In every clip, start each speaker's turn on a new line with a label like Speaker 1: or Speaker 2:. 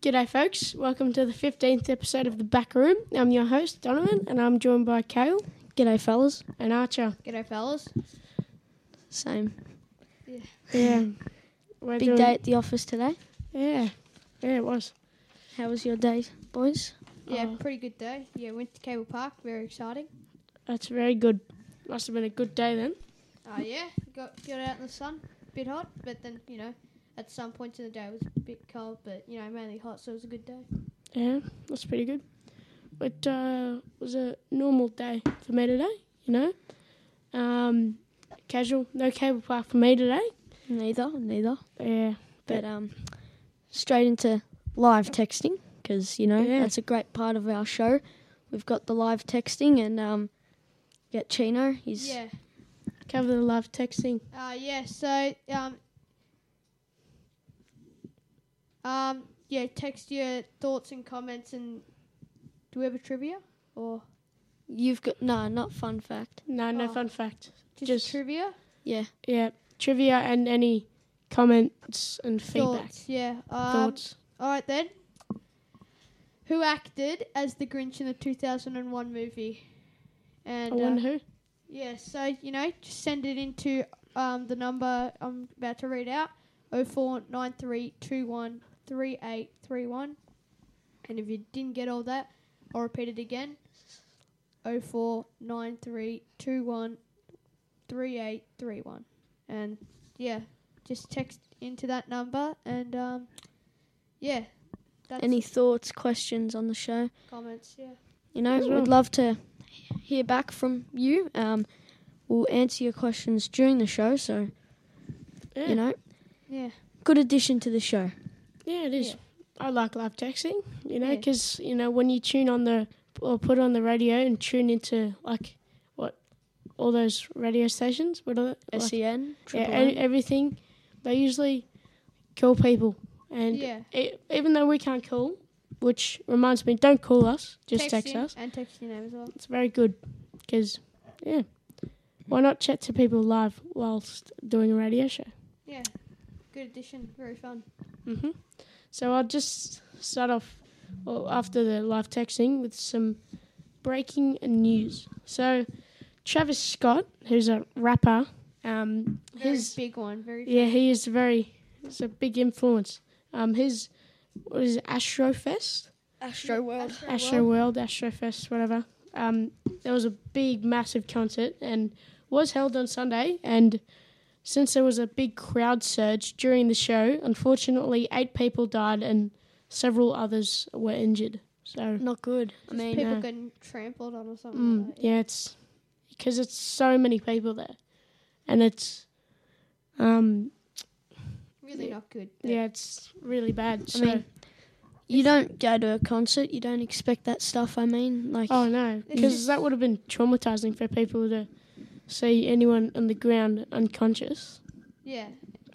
Speaker 1: G'day, folks. Welcome to the 15th episode of The Back Room. I'm your host, Donovan, and I'm joined by Kale
Speaker 2: G'day, fellas.
Speaker 1: and Archer.
Speaker 3: G'day, fellas.
Speaker 2: Same.
Speaker 1: Yeah. We're
Speaker 2: Big
Speaker 1: doing-
Speaker 2: day at the office today.
Speaker 1: Yeah. Yeah, it was.
Speaker 2: How was your day, boys?
Speaker 3: Yeah,
Speaker 1: Oh.
Speaker 3: pretty good day. Yeah, went to Cable Park. Very exciting.
Speaker 1: That's very good. Must have been a good day then. Oh,
Speaker 3: Uh, yeah, got got out in the sun. Bit hot, but then you know, at some points in the day it was a bit cold, but you know, mainly hot, so it was a good day.
Speaker 1: Yeah, that's pretty good. It uh, was a normal day for me today, you know. Um, casual, no cable park for me today.
Speaker 2: Neither, neither.
Speaker 1: Yeah.
Speaker 2: But um, straight into live texting because you know
Speaker 1: Yeah.
Speaker 2: that's a great part of our show. We've got the live texting and um, get Chino. He's
Speaker 3: Yeah.
Speaker 1: Cover the live texting.
Speaker 3: Uh, yeah. So um, um, yeah. Text your thoughts and comments, and do we have a trivia or
Speaker 2: you've got no, not fun fact.
Speaker 1: No, no
Speaker 3: Oh.
Speaker 1: fun fact.
Speaker 3: just,
Speaker 1: Just
Speaker 3: trivia
Speaker 2: Yeah,
Speaker 1: Yeah, trivia and any comments and feedback.
Speaker 3: thoughts? Yeah. Um,
Speaker 1: Thoughts.
Speaker 3: All right then. Who acted as the Grinch in the 2001 movie?
Speaker 1: I
Speaker 3: And
Speaker 1: wonder
Speaker 3: uh,
Speaker 1: who.
Speaker 3: yeah, so you know, just send it into um, the number I'm about to read out: oh four nine three two one three eight three one. And if you didn't get all that, I'll repeat it again: oh four nine three two one three eight three one. And yeah, just text into that number, and um, yeah, that's
Speaker 2: any thoughts, questions on the show?
Speaker 3: comments. Yeah,
Speaker 2: You know,
Speaker 1: As well.
Speaker 2: we'd love to hear back from you. Um, we'll answer your questions during the show, so
Speaker 1: Yeah.
Speaker 2: you know,
Speaker 3: yeah,
Speaker 2: good addition to the show.
Speaker 1: Yeah, it is.
Speaker 3: Yeah.
Speaker 1: I like live texting, you know,
Speaker 3: Yeah.
Speaker 1: because you know when you tune on the or put on the radio and tune into like what all those radio stations, what are they? Like,
Speaker 2: SEN,
Speaker 1: yeah,
Speaker 2: triple
Speaker 1: e-
Speaker 2: M.
Speaker 1: everything. They usually call people, and
Speaker 3: yeah.
Speaker 1: e- even though we can't call, which reminds me, don't call us, just text
Speaker 3: in
Speaker 1: us.
Speaker 3: and text your name as well.
Speaker 1: It's very good because, yeah, why not chat to people live whilst doing a radio show?
Speaker 3: Yeah, good addition. Very fun. Mm-hmm.
Speaker 1: hmm So I'll just start off well, after the live texting with some breaking news. So Travis Scott, who's a rapper, um,
Speaker 3: Very
Speaker 1: his
Speaker 3: big one. Very
Speaker 1: yeah, he is very it's a big influence. Um, his what is it, Astrofest?
Speaker 2: Astro
Speaker 1: Astro World, Astro Fest, whatever. Um, there was a big, massive concert and was held on Sunday. And since there was a big crowd surge during the show, unfortunately, eight people died and several others were injured. So,
Speaker 2: Not good. I
Speaker 3: Just
Speaker 2: mean,
Speaker 3: people
Speaker 1: uh,
Speaker 3: getting trampled on or something.
Speaker 1: mm,
Speaker 3: like that.
Speaker 1: yeah, it's because it's so many people there, and it's um,
Speaker 3: really
Speaker 1: yeah.
Speaker 3: not good. that-
Speaker 1: yeah, it's really bad.
Speaker 2: I
Speaker 1: So,
Speaker 2: mean, you don't go to a concert, you don't expect that stuff. I mean, like,
Speaker 1: Oh no,
Speaker 3: It's
Speaker 1: because
Speaker 3: just-
Speaker 1: that would have been traumatizing for people to see anyone on the ground unconscious.
Speaker 3: yeah.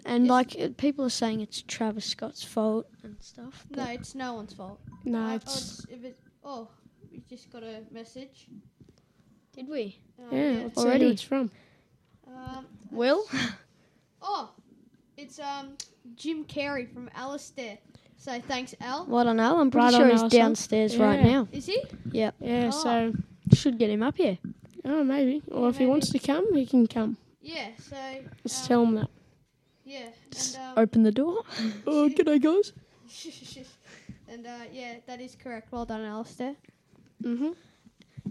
Speaker 2: and
Speaker 3: it's-
Speaker 2: like it- people are saying it's Travis Scott's fault and stuff.
Speaker 3: No,
Speaker 2: but
Speaker 3: it's no one's fault.
Speaker 1: No,
Speaker 3: Uh,
Speaker 1: it's
Speaker 3: Oh, it's, if it, oh, we just got a message.
Speaker 2: did we?
Speaker 3: Uh,
Speaker 1: yeah, let's see who
Speaker 2: Already.
Speaker 1: it's from.
Speaker 3: Um,
Speaker 2: Will?
Speaker 3: oh, it's um Jim Carrey from Alistair. So thanks, Al.
Speaker 2: What on Al? I'm pretty
Speaker 1: Right on
Speaker 2: sure he's
Speaker 1: Alison.
Speaker 2: downstairs right
Speaker 1: Yeah.
Speaker 2: now.
Speaker 3: Is he?
Speaker 2: Yeah,
Speaker 1: Yeah,
Speaker 3: Oh.
Speaker 1: so
Speaker 2: should get him up here.
Speaker 1: oh maybe, Oh. or
Speaker 3: Yeah,
Speaker 1: if he wants to come, he can come.
Speaker 3: Yeah. So.
Speaker 1: Let's
Speaker 3: um,
Speaker 1: tell him that.
Speaker 3: Yeah.
Speaker 2: Just
Speaker 3: And, um,
Speaker 2: Open the door.
Speaker 3: Oh,
Speaker 1: good day, guys.
Speaker 3: and uh, yeah, that is correct. Well done, Alistair.
Speaker 1: Mhm.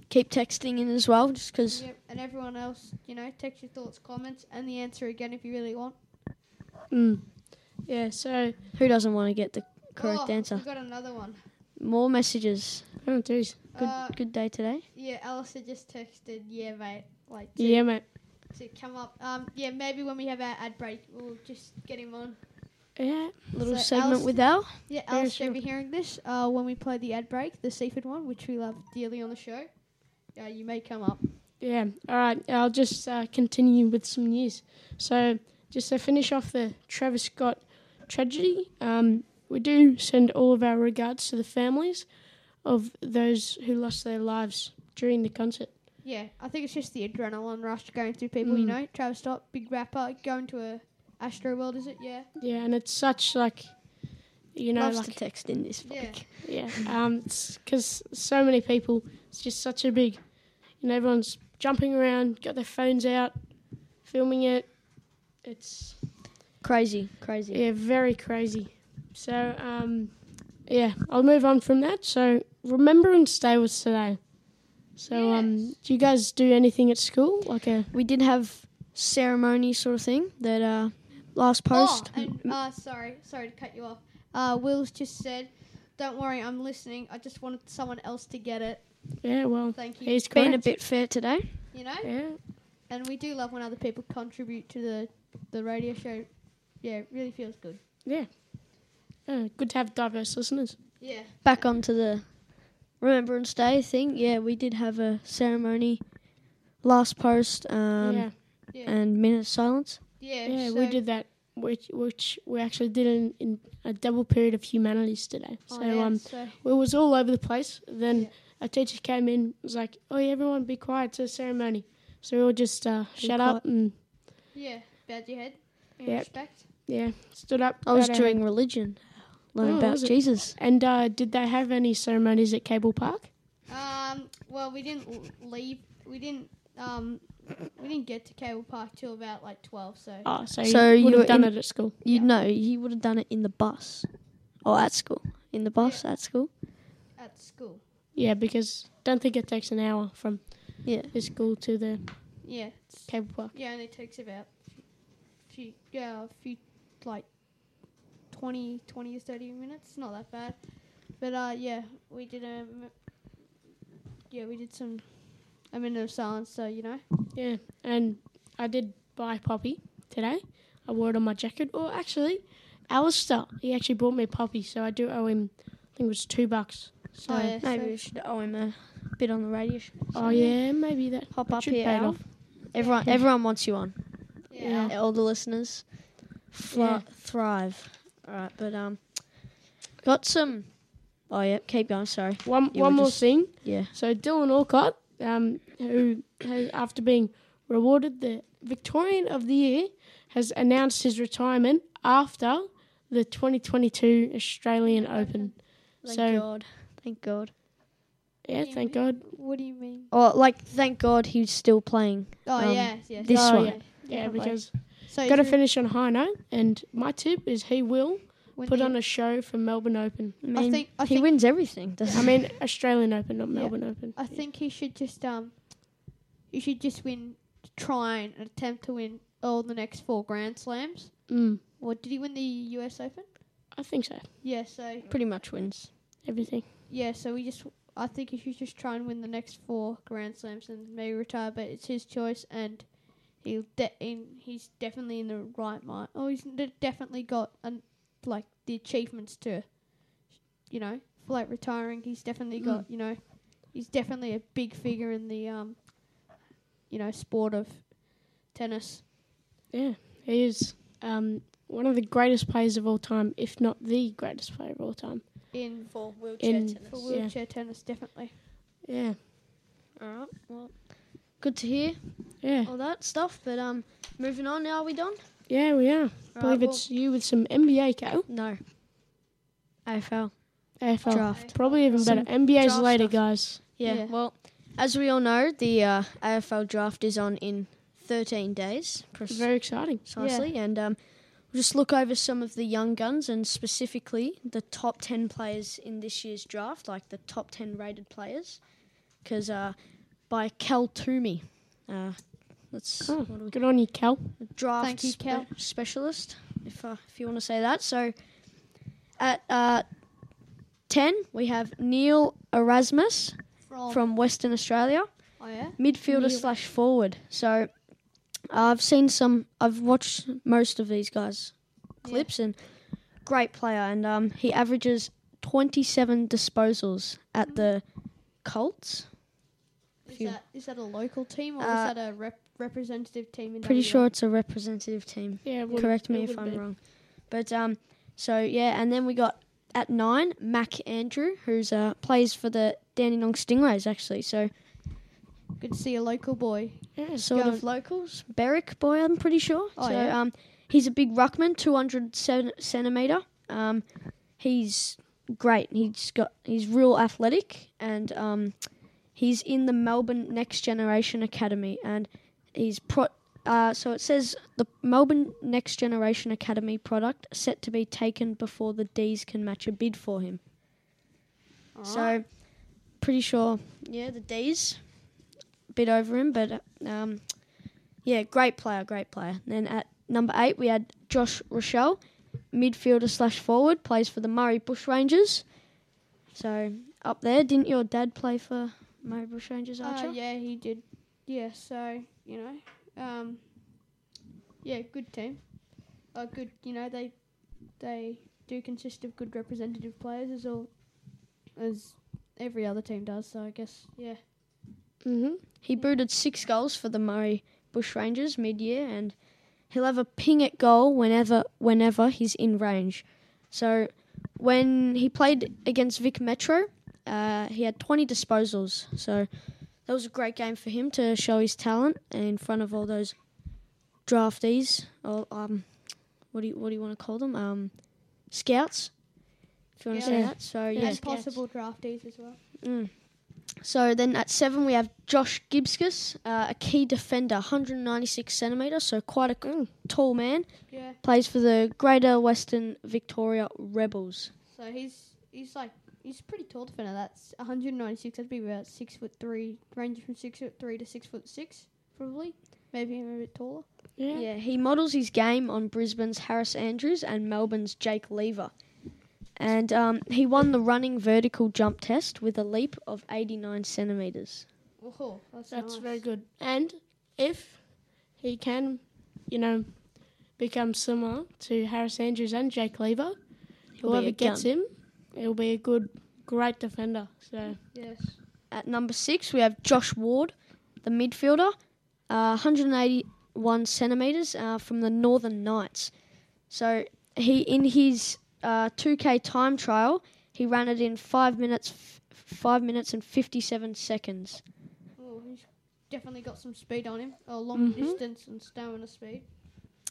Speaker 2: Keep texting in as well, just because.
Speaker 3: Yep. And everyone else, you know, text your thoughts, comments, and the answer again if you really want.
Speaker 1: Mm. Yeah. So
Speaker 2: Who doesn't want to get the correct
Speaker 3: Oh,
Speaker 2: answer?
Speaker 3: We got another one.
Speaker 2: More messages.
Speaker 1: oh jeez.
Speaker 2: Good,
Speaker 3: Uh,
Speaker 2: good day today.
Speaker 3: yeah, Alistair just texted, "Yeah, mate." Like to,
Speaker 1: Yeah, mate.
Speaker 3: to come up. Um, yeah, maybe when we have our ad break, we'll just get him on.
Speaker 1: Yeah.
Speaker 2: Little
Speaker 3: So
Speaker 2: segment
Speaker 3: Alice-
Speaker 2: with Al.
Speaker 1: Yeah,
Speaker 3: Yeah, Alistair,
Speaker 1: sure.
Speaker 3: if you're hearing this, uh, when we play the ad break, the seafood one, which we love dearly on the show, uh, you may come up.
Speaker 1: Yeah. All right. I'll just uh, continue with some news. So, just to finish off the Travis Scott tragedy, um, we do send all of our regards to the families of those who lost their lives during the concert.
Speaker 3: Yeah, I think it's just the adrenaline rush going through people. You
Speaker 1: Mm.
Speaker 3: know, Travis Scott, big rapper, going to a Astro World, is it? Yeah.
Speaker 1: Yeah, and it's such like you know,
Speaker 2: Loves
Speaker 1: like
Speaker 2: to text in this
Speaker 3: Yeah.
Speaker 2: week.
Speaker 1: yeah, um, because so many people, it's just such a big, you know, everyone's jumping around, got their phones out, filming it. It's
Speaker 2: Crazy, crazy.
Speaker 1: yeah, very crazy. So um, yeah, I'll move on from that. So remembrance day was today. So um, do you guys do anything at school? Like a
Speaker 2: We did have ceremony sort of thing that uh, last post.
Speaker 3: Oh, and, uh, sorry, sorry to cut you off. Uh, Will's just said, "Don't worry, I'm listening. I just wanted someone else to get it.
Speaker 1: yeah, well,
Speaker 3: Thank you."
Speaker 1: he's
Speaker 2: Been
Speaker 1: correct.
Speaker 2: a bit fair today.
Speaker 3: You know,
Speaker 1: Yeah,
Speaker 3: and we do love when other people contribute to the the radio show. Yeah, it really feels good.
Speaker 1: yeah, good to have diverse listeners.
Speaker 3: Yeah.
Speaker 2: Back onto the Remembrance Day thing. Yeah, we did have a ceremony last post um,
Speaker 1: yeah,
Speaker 3: Yeah.
Speaker 2: and minute of silence.
Speaker 3: yeah.
Speaker 1: yeah,
Speaker 3: so,
Speaker 1: we did that, which which we actually did in, in a double period of humanities today.
Speaker 3: oh,
Speaker 1: So
Speaker 3: yeah,
Speaker 1: um,
Speaker 3: so-
Speaker 1: It was all over the place. Then
Speaker 3: Yeah.
Speaker 1: a teacher came in, was like, "Oh, yeah, everyone, be quiet to the ceremony." So we all just uh,
Speaker 2: Be
Speaker 1: shut up and
Speaker 3: yeah. Bowed your head. In
Speaker 1: Yep.
Speaker 3: respect.
Speaker 1: yeah, stood up.
Speaker 2: I was
Speaker 1: bowed our
Speaker 2: doing religion, learning
Speaker 1: Oh,
Speaker 2: about
Speaker 1: was it?
Speaker 2: Jesus.
Speaker 1: head. And uh, did they have any ceremonies at Cable Park?
Speaker 3: Um. Well, we didn't l- leave. We didn't. Um. We didn't get to Cable Park till about like twelve. So.
Speaker 1: Oh, so,
Speaker 2: Uh, So
Speaker 1: you
Speaker 2: you
Speaker 1: would
Speaker 2: were
Speaker 1: have done
Speaker 2: in-
Speaker 1: it at school.
Speaker 2: You'd
Speaker 3: Yeah.
Speaker 2: know, he would have done it in the bus or at school. In the bus at school.
Speaker 3: at school.
Speaker 1: Yeah, because don't think it takes an hour from
Speaker 2: Yeah.
Speaker 1: the school to the
Speaker 3: Yeah.
Speaker 1: Cable Park.
Speaker 3: Yeah, and it takes about few, yeah, a few like 20, 20 to 30 minutes. Not that bad. But uh, yeah, we did a m- yeah, we did some a minute of silence, so you know.
Speaker 1: Yeah, and I did buy poppy today. I wore it on my jacket. Or actually, Alistair, he actually bought me poppy, so I do owe him. I think it was two bucks. So.
Speaker 3: Oh, yeah,
Speaker 2: Maybe
Speaker 3: so-
Speaker 2: we should owe him a bit on the radio. Show.
Speaker 1: Oh yeah, maybe that
Speaker 2: Pop
Speaker 1: that
Speaker 2: up
Speaker 1: should
Speaker 2: here,
Speaker 1: pay it
Speaker 2: Al.
Speaker 1: off.
Speaker 2: Everyone, everyone wants you on.
Speaker 3: Yeah.
Speaker 1: Yeah.
Speaker 2: All the listeners, Fli
Speaker 1: Yeah.
Speaker 2: thrive. All right, but um, got some. Oh yeah, keep going. Sorry.
Speaker 1: One
Speaker 2: You
Speaker 1: one
Speaker 2: were
Speaker 1: more
Speaker 2: just-
Speaker 1: thing.
Speaker 2: Yeah.
Speaker 1: So Dylan Orcott, um, who has, after being rewarded the Victorian of the Year, has announced his retirement after the 2022 Australian Open.
Speaker 2: Thank
Speaker 1: So-
Speaker 2: God. Thank God.
Speaker 1: Yeah, thank God.
Speaker 3: What do you mean?
Speaker 2: Or like, thank God he's still playing.
Speaker 3: Oh yeah,
Speaker 2: Um,
Speaker 3: yes, yes.
Speaker 2: this
Speaker 3: oh,
Speaker 2: one.
Speaker 3: Yeah.
Speaker 1: Yeah,
Speaker 2: Definitely.
Speaker 1: because
Speaker 3: So
Speaker 1: got to
Speaker 3: you-
Speaker 1: finish on a high note. And my tip is he will
Speaker 3: when
Speaker 1: put
Speaker 3: you-
Speaker 1: on a show for Melbourne Open.
Speaker 2: I,
Speaker 3: I
Speaker 2: mean,
Speaker 3: think I
Speaker 2: he
Speaker 3: think
Speaker 2: wins everything. Doesn't
Speaker 1: I
Speaker 2: he?
Speaker 1: mean Australian Open, not
Speaker 3: Yeah.
Speaker 1: Melbourne Open.
Speaker 3: I think he should just um you should just win try and attempt to win all the next four grand slams.
Speaker 1: Mm,
Speaker 3: Or did he win the US Open?
Speaker 1: I think so.
Speaker 3: Yeah, so
Speaker 2: pretty much wins.
Speaker 1: Everything.
Speaker 3: Yeah, so we just. I think he should just try and win the next four Grand Slams and maybe retire, but it's his choice, and he'll de- in, he's definitely in the right mind. Oh, he's de- definitely got an, like the achievements to, you know, for like retiring. He's definitely got,
Speaker 1: Mm.
Speaker 3: you know, he's definitely a big figure in the um, you know, sport of tennis.
Speaker 1: Yeah, he is um, one of the greatest players of all time, if not the greatest player of all time.
Speaker 3: In
Speaker 2: For wheelchair
Speaker 1: In-
Speaker 3: for
Speaker 1: tennis. Yeah.
Speaker 3: wheelchair tennis, definitely.
Speaker 1: Yeah,
Speaker 2: All right. Well, good to hear
Speaker 1: yeah,
Speaker 2: all that stuff. But um, moving on. Now are we done?
Speaker 1: yeah. We are. I
Speaker 2: All
Speaker 1: believe
Speaker 2: right, well-
Speaker 1: it's you with some NBA, Cal.
Speaker 2: No. AFL
Speaker 1: AFL.
Speaker 2: draft.
Speaker 1: Probably even
Speaker 2: Some
Speaker 1: better. NBA's
Speaker 2: draft
Speaker 1: later,
Speaker 2: stuff.
Speaker 1: guys.
Speaker 2: Yeah,
Speaker 3: Yeah.
Speaker 2: Well, as we all know, the uh, AFL draft is on in 13 days,
Speaker 1: Very exciting.
Speaker 2: precisely, and um, we'll just look over some of the young guns and specifically the top 10 players in this year's draft, like the top 10 rated players, because uh, by Cal Toomey. Uh, that's
Speaker 1: Oh,
Speaker 2: what do we
Speaker 1: good on you, Cal.
Speaker 2: draft
Speaker 3: Thank you,
Speaker 2: spe-
Speaker 3: Kel.
Speaker 2: specialist, if uh, if you want to say that. So, at uh, ten we have Neil Erasmus
Speaker 3: From,
Speaker 2: from Western Australia,
Speaker 3: oh yeah,
Speaker 1: Neil.
Speaker 2: midfielder slash forward. So, I've seen some. I've watched most of these guys' clips and great player, and um, he averages twenty seven disposals at the Colts.
Speaker 3: Is
Speaker 2: Few.
Speaker 3: that is that a local team or
Speaker 2: Uh,
Speaker 3: is that a rep- representative team? In
Speaker 2: Pretty
Speaker 3: WA?
Speaker 2: sure it's a representative team.
Speaker 1: Yeah, well,
Speaker 2: Correct me
Speaker 1: it
Speaker 2: if
Speaker 1: would've
Speaker 2: I'm
Speaker 1: been.
Speaker 2: wrong. But um, so yeah, and then we got at nine Mac Andrew, who's uh plays for the Dandenong Stingrays actually. So
Speaker 3: Good to see a local boy.
Speaker 1: Yeah, so
Speaker 2: sort
Speaker 3: go.
Speaker 2: of locals, Berwick boy, I'm pretty sure.
Speaker 3: Oh,
Speaker 2: so
Speaker 3: yeah.
Speaker 2: um, he's a big ruckman, 200 cen- centimeter. Um, he's great. He's got he's real athletic, and um, he's in the Melbourne Next Generation Academy, and he's pro. Uh, so it says the Melbourne Next Generation Academy product set to be taken before the D's can match a bid for him. So pretty sure, yeah, the D's bit over him, but um, yeah, great player, great player. Then at number eight we had Josh Rochelle, midfielder slash forward, plays for the Murray Bush Rangers. So up there, didn't your dad play for Murray Bush Rangers, Archer?
Speaker 3: Uh, yeah, he did. Yeah, so you know, um, yeah, good team. Uh, good, you know, they they do consist of good representative players as all as every other team does. So I guess yeah,
Speaker 1: Mm-hmm.
Speaker 2: He booted six goals for the Murray Bush Rangers mid-year, and he'll have a ping at goal whenever whenever he's in range. So when he played against Vic Metro, uh, he had 20 disposals. So that was a great game for him to show his talent in front of all those draftees. Or um, what do you what do you want to call them? Um, scouts. If you want to say
Speaker 1: Yeah.
Speaker 2: that. So
Speaker 3: and
Speaker 2: yeah.
Speaker 3: possible draftees as well.
Speaker 2: Mm. So then at seven we have Josh Gibskus, uh, a key defender, 196 centimetres, so quite a c- tall man.
Speaker 3: Yeah,
Speaker 2: Plays for the Greater Western Victoria Rebels.
Speaker 3: so he's he's like he's a pretty tall defender. That's 196. That'd be about six foot three, ranging from six foot three to six foot six, probably. Maybe even a bit taller.
Speaker 1: Yeah.
Speaker 2: Yeah, he models his game on Brisbane's Harris Andrews and Melbourne's Jake Lever. And um, he won the running vertical jump test with a leap of 89 centimetres.
Speaker 3: Whoa, that's,
Speaker 1: That's
Speaker 3: nice.
Speaker 1: very good. And if he can, you know, become similar to Harris Andrews and Jake Lever,
Speaker 2: He'll be
Speaker 1: whoever
Speaker 2: a
Speaker 1: gets
Speaker 2: gun.
Speaker 1: him, he'll be a good, great defender. So
Speaker 3: Yes.
Speaker 2: At number six, we have Josh Ward, the midfielder, uh, 181 centimeters uh, from the Northern Knights. So he, in his uh, 2K time trial, he ran it in five minutes, f- five minutes and 57 seconds.
Speaker 3: Oh, he's definitely got some speed on him. A long
Speaker 1: Mhm.
Speaker 3: distance and stamina speed.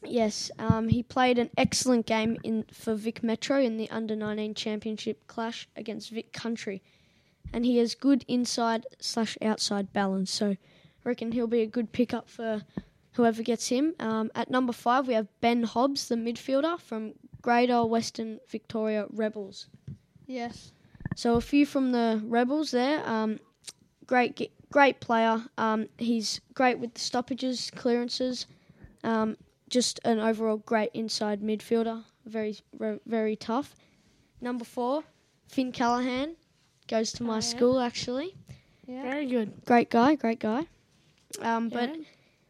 Speaker 2: Yes, um, he played an excellent game in for Vic Metro in the Under 19 Championship clash against Vic Country, and he has good inside slash outside balance. So, I reckon he'll be a good pickup for whoever gets him. Um, at number five, we have Ben Hobbs, the midfielder from Greater Western Victoria Rebels.
Speaker 3: Yes.
Speaker 2: So a few from the Rebels there. Um, great, ge- great player. Um, he's great with the stoppages, clearances. Um, just an overall great inside midfielder. Very, re- very tough. Number four, Finn Callahan, goes to my
Speaker 1: Oh, yeah.
Speaker 2: school actually.
Speaker 3: Yeah.
Speaker 1: very good.
Speaker 2: Great guy, great guy. Um, but
Speaker 1: yeah.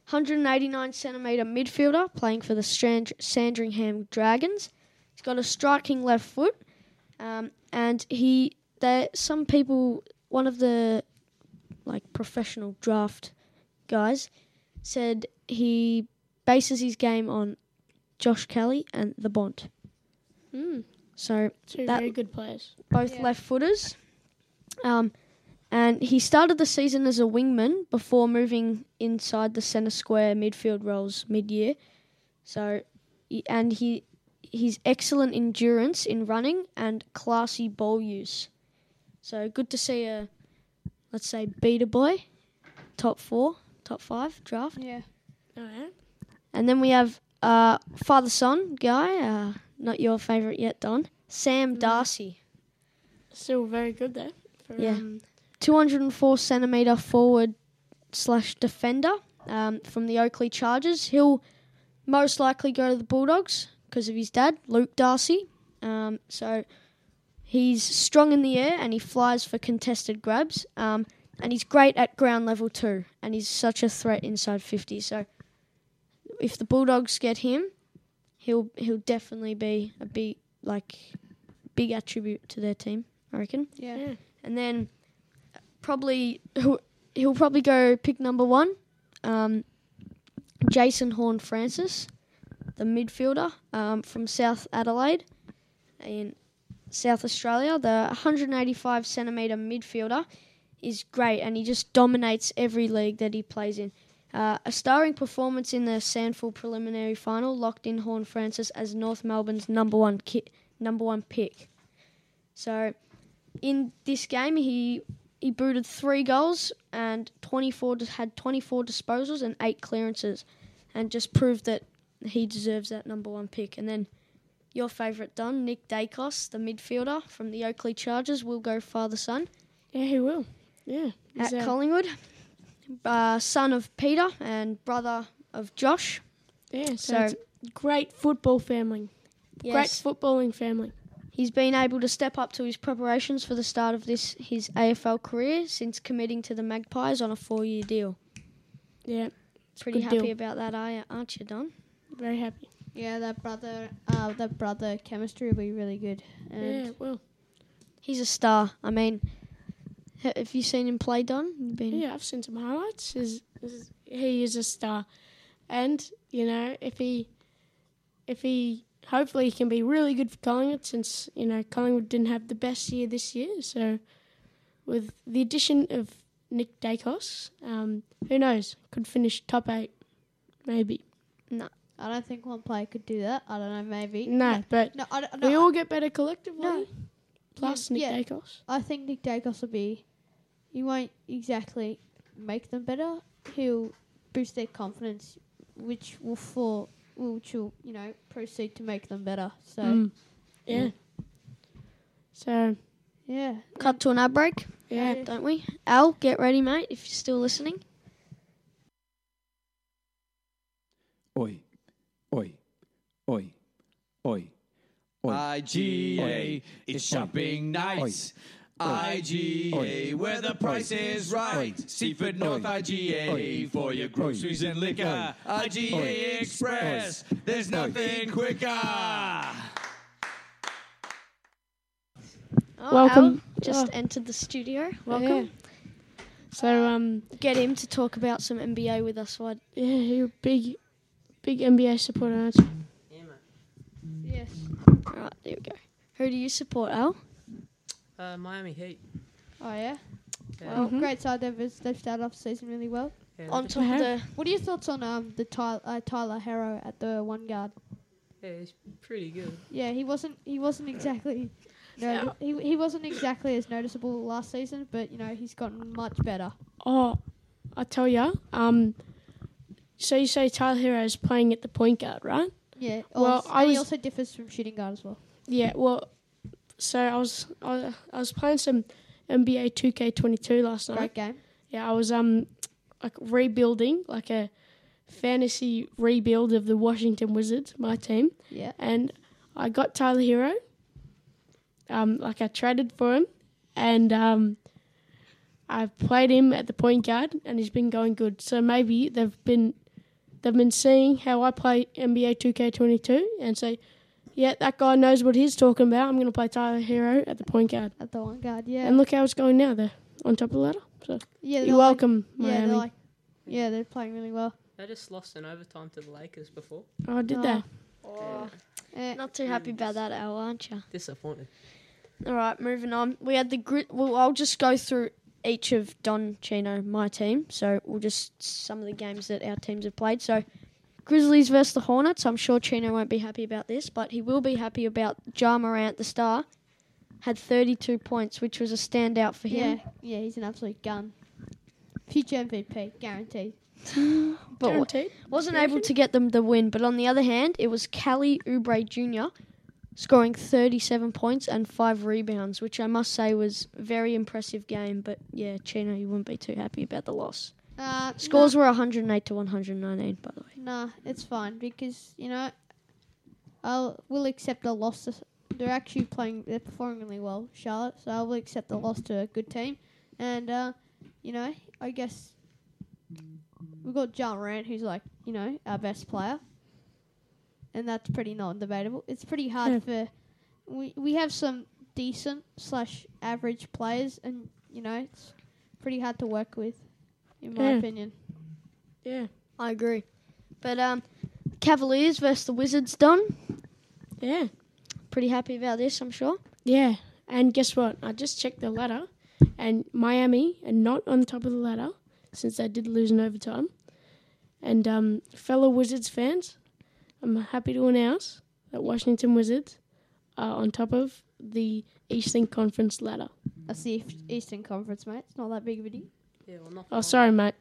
Speaker 2: 189 centimetre midfielder playing for the Strand- Sandringham Dragons. He's got a striking left foot, um, and he there some people one of the like professional draft guys said he bases his game on Josh Kelly and the Bond.
Speaker 1: Mm,
Speaker 2: So
Speaker 1: two
Speaker 2: That-
Speaker 1: very good players.
Speaker 2: both
Speaker 3: Yeah.
Speaker 2: left footers. Um, and he started the season as a wingman before moving inside the centre square midfield roles mid year. So, he- and he he's excellent endurance in running and classy ball use. So good to see a let's say beta boy, top four, top five draft.
Speaker 3: Yeah.
Speaker 1: All right.
Speaker 2: And then we have uh, father son guy, uh, not your favourite yet, Don Sam
Speaker 1: No.
Speaker 2: Darcy.
Speaker 1: Still very good though. For,
Speaker 2: Yeah.
Speaker 1: Um,
Speaker 2: 204 centimeter forward slash defender um, from the Oakley Chargers. He'll most likely go to the Bulldogs because of his dad, Luke Darcy. Um, so he's strong in the air and he flies for contested grabs. Um, and he's great at ground level too. And he's such a threat inside 50. So if the Bulldogs get him, he'll he'll definitely be a big like big attribute to their team. I reckon
Speaker 3: Yeah.
Speaker 1: yeah.
Speaker 2: and then uh, probably he'll, he'll probably go pick number one, um, Jason Horn Francis, the midfielder um, from South Adelaide in South Australia. The 185 centimetre midfielder is great, and he just dominates every league that he plays in. Uh, a starring performance in the Sandford preliminary final locked in Horn Francis as North Melbourne's number one ki- number one pick. So in this game, he he booted three goals and 24 dis- had 24 disposals and eight clearances, and just proved that he deserves that number one pick. And then your favourite Don, Nick Dacos, the midfielder from the Oakley Chargers, will go father son
Speaker 1: Yeah, he will. Yeah.
Speaker 2: at
Speaker 1: He's a-
Speaker 2: Collingwood, uh, son of Peter and brother of Josh.
Speaker 1: yeah, so,
Speaker 2: So
Speaker 1: it's a great football family.
Speaker 2: yes,
Speaker 1: Great footballing family.
Speaker 2: he's been able to step up to his preparations for the start of this his AFL career since committing to the Magpies on a four-year deal.
Speaker 1: Yeah,
Speaker 2: Pretty
Speaker 1: Good
Speaker 2: happy
Speaker 1: deal.
Speaker 2: about that, are ya- aren't you, Don?
Speaker 1: very happy.
Speaker 3: Yeah, that brother, uh, that brother chemistry will be really good. And
Speaker 1: yeah, well,
Speaker 2: He's a star. I mean, ha- have you seen him play, Don? You've been
Speaker 1: yeah, I've seen some highlights. He's, he's- he is a star, and you know if he, if he, hopefully he can be really good for Collingwood since you know Collingwood didn't have the best year this year. So, with the addition of Nick Dacos, um, who knows? Could finish top eight, maybe.
Speaker 3: I don't think one player could do that. I don't know, maybe.
Speaker 1: No, but
Speaker 3: No, I don't,
Speaker 1: we
Speaker 3: no,
Speaker 1: all get better collectively.
Speaker 3: No.
Speaker 1: Plus
Speaker 3: Yeah,
Speaker 1: Nick
Speaker 3: yeah.
Speaker 1: Dacos.
Speaker 3: I think Nick Dacos will be. He won't exactly make them better. He'll boost their confidence, which will for which will you know proceed to make them better. So
Speaker 1: Mm. Yeah.
Speaker 3: Yeah.
Speaker 1: So
Speaker 3: yeah,
Speaker 2: cut to an ad break,
Speaker 1: yeah.
Speaker 3: Yeah.
Speaker 2: don't we? Al, get ready, mate. If you're still listening,
Speaker 4: Oi, oi, oi, oi, oi.
Speaker 5: IGA, it's
Speaker 4: Oi.
Speaker 5: shopping nights. IGA,
Speaker 4: Oi.
Speaker 5: where the price is right.
Speaker 4: Oi.
Speaker 5: Seaford North
Speaker 4: Oi.
Speaker 5: IGA
Speaker 4: Oi.
Speaker 5: for your groceries and liquor.
Speaker 4: Oi. Oi.
Speaker 5: IGA Express, there's
Speaker 4: Oi. Ah.
Speaker 5: nothing quicker.
Speaker 2: oh,
Speaker 1: Welcome.
Speaker 2: Al just
Speaker 1: Oh.
Speaker 2: entered the studio. Welcome.
Speaker 1: Welcome. So um
Speaker 2: Get him to talk about some NBA with us. Why?
Speaker 1: yeah, you're a big big NBA supporter, aren't you?
Speaker 3: yes.
Speaker 2: All right, there we go. Who do you support, Al?
Speaker 6: Uh, Miami Heat.
Speaker 3: Oh yeah.
Speaker 6: Yeah.
Speaker 3: Well,
Speaker 1: Mm-hmm.
Speaker 3: great side. They've they've started off the season really well.
Speaker 6: Yeah,
Speaker 2: On
Speaker 6: th-
Speaker 2: top of
Speaker 1: Uh-huh.
Speaker 2: the
Speaker 3: What are your thoughts on um the Tyler, uh, Tyler Harrow at the one guard?
Speaker 6: yeah, it's pretty good.
Speaker 3: Yeah, he wasn't. He wasn't exactly. No,
Speaker 1: Yeah.
Speaker 3: he, he wasn't exactly as noticeable last season, but you know he's gotten much better.
Speaker 1: Oh, I tell ya. Um so you say Tyler Hero is playing at the point guard, right?
Speaker 3: Yeah.
Speaker 1: Well,
Speaker 3: also,
Speaker 1: I
Speaker 3: and
Speaker 1: was-
Speaker 3: he also differs from shooting guard as well.
Speaker 1: Yeah, well so I was I, I was playing some NBA 2K22 last night.
Speaker 3: Great game.
Speaker 1: Yeah, I was um like rebuilding like a fantasy rebuild of the Washington Wizards, my team.
Speaker 3: Yeah.
Speaker 1: and I got Tyler Hero. Um, like I traded for him, and um, I've played him at the point guard, and he's been going good. So maybe they've been they've been seeing how I play NBA Two K Twenty Two, and say, yeah, that guy knows what he's talking about. I'm going to play Tyler Hero at the point guard,
Speaker 3: At the one guard. Yeah.
Speaker 1: and look how it's going now. They're on top of the ladder. So
Speaker 3: yeah.
Speaker 1: you're
Speaker 3: they're
Speaker 1: welcome,
Speaker 3: Like, yeah.
Speaker 1: Miami.
Speaker 3: They're like. Yeah, they're playing really well.
Speaker 6: They just lost in overtime to the Lakers before.
Speaker 1: oh, I did
Speaker 3: Oh.
Speaker 1: that.
Speaker 6: Yeah,
Speaker 3: Eh,
Speaker 2: not too happy about that, Al, aren't you?
Speaker 6: disappointed.
Speaker 2: All right, moving on. We had the grit. Well, I'll just go through each of Don Chino, my team. So we'll just some of the games that our teams have played. So Grizzlies versus the Hornets. I'm sure Chino won't be happy about this, but he will be happy about Ja Morant, the star, had 32 points, which was a standout for
Speaker 3: yeah.
Speaker 2: him.
Speaker 3: Yeah. He's an absolute gun. Future MVP, guaranteed.
Speaker 2: But wa-
Speaker 1: Guaranteed.
Speaker 2: wasn't able to get them the win. But on the other hand, it was Cali Oubre Jr. scoring 37 points and five rebounds, which I must say was a very impressive game. But yeah, Chino, you wouldn't be too happy about the loss.
Speaker 3: Uh,
Speaker 2: Scores were 108 to 119, by the way.
Speaker 3: Nah, it's fine because you know, I'll will accept a loss. To, they're actually playing. They're performing really well, Charlotte. So I will accept the loss to a good team, and uh, you know, I guess we've got John Morant, who's like you know our best player, and that's pretty non-debatable. It's pretty hard for we we have some decent slash average players, and you know, it's pretty hard to work with, in my
Speaker 1: Yeah.
Speaker 3: opinion.
Speaker 1: Yeah,
Speaker 2: I agree. But um, Cavaliers versus the Wizards, Don.
Speaker 1: yeah.
Speaker 2: Pretty happy about this, I'm sure.
Speaker 1: Yeah, and guess what? I just checked the ladder, and Miami are not on top of the ladder since they did lose in overtime. And um, fellow Wizards fans, I'm happy to announce that Washington Wizards are on top of the Eastern Conference ladder.
Speaker 3: That's the East- Eastern Conference, mate. It's not that big of a deal.
Speaker 6: Yeah, well, not
Speaker 1: Oh, sorry, mate.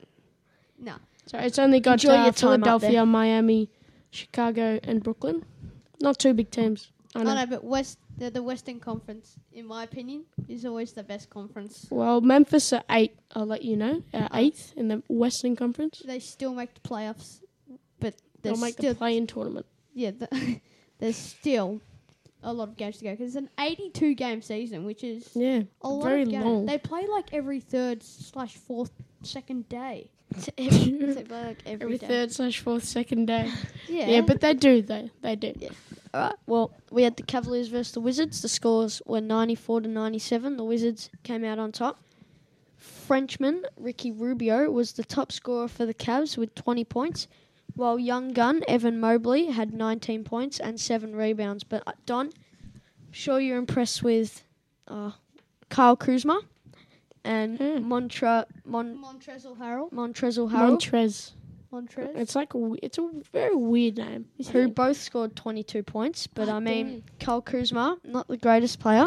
Speaker 3: No.
Speaker 1: So it's only got
Speaker 2: Enjoy
Speaker 1: uh,
Speaker 2: your time up
Speaker 1: Philadelphia, Miami, Chicago, and Brooklyn. Not two big teams. I
Speaker 3: I
Speaker 1: know.
Speaker 3: know, but West the, the Western Conference, in my opinion, is always the best conference.
Speaker 1: Well, Memphis are eight. I'll let you know. Uh, eighth in the Western Conference.
Speaker 3: They still make the playoffs, but
Speaker 1: They'll
Speaker 3: there's
Speaker 1: make
Speaker 3: still
Speaker 1: the play-in tournament.
Speaker 3: yeah, the, there's still a lot of games to go because it's an 82 game season, which is
Speaker 1: Yeah,
Speaker 3: a lot
Speaker 1: very
Speaker 3: of games.
Speaker 1: long.
Speaker 3: They play like every third slash fourth second day.
Speaker 2: Every
Speaker 3: They play like every,
Speaker 1: every
Speaker 3: day.
Speaker 1: third slash fourth second day.
Speaker 3: Yeah,
Speaker 1: yeah. but they do. They they do.
Speaker 2: All right. Well, we had the Cavaliers versus the Wizards. The scores were 94 to 97. The Wizards came out on top. Frenchman Ricky Rubio was the top scorer for the Cavs with 20 points, while young gun Evan Mobley had 19 points and 7 rebounds. But uh, Don, sure you're impressed with uh, Kyle Kuzma and
Speaker 1: Hmm.
Speaker 2: Montra Mon-
Speaker 3: Montrezl Harrell,
Speaker 2: Montrezl Harrell,
Speaker 1: Montrez.
Speaker 3: Montrez.
Speaker 1: It's like a w- it's a very weird name.
Speaker 2: who both scored 22 points. But I
Speaker 1: Oh,
Speaker 2: mean, Kyle Kuzma, not the greatest player.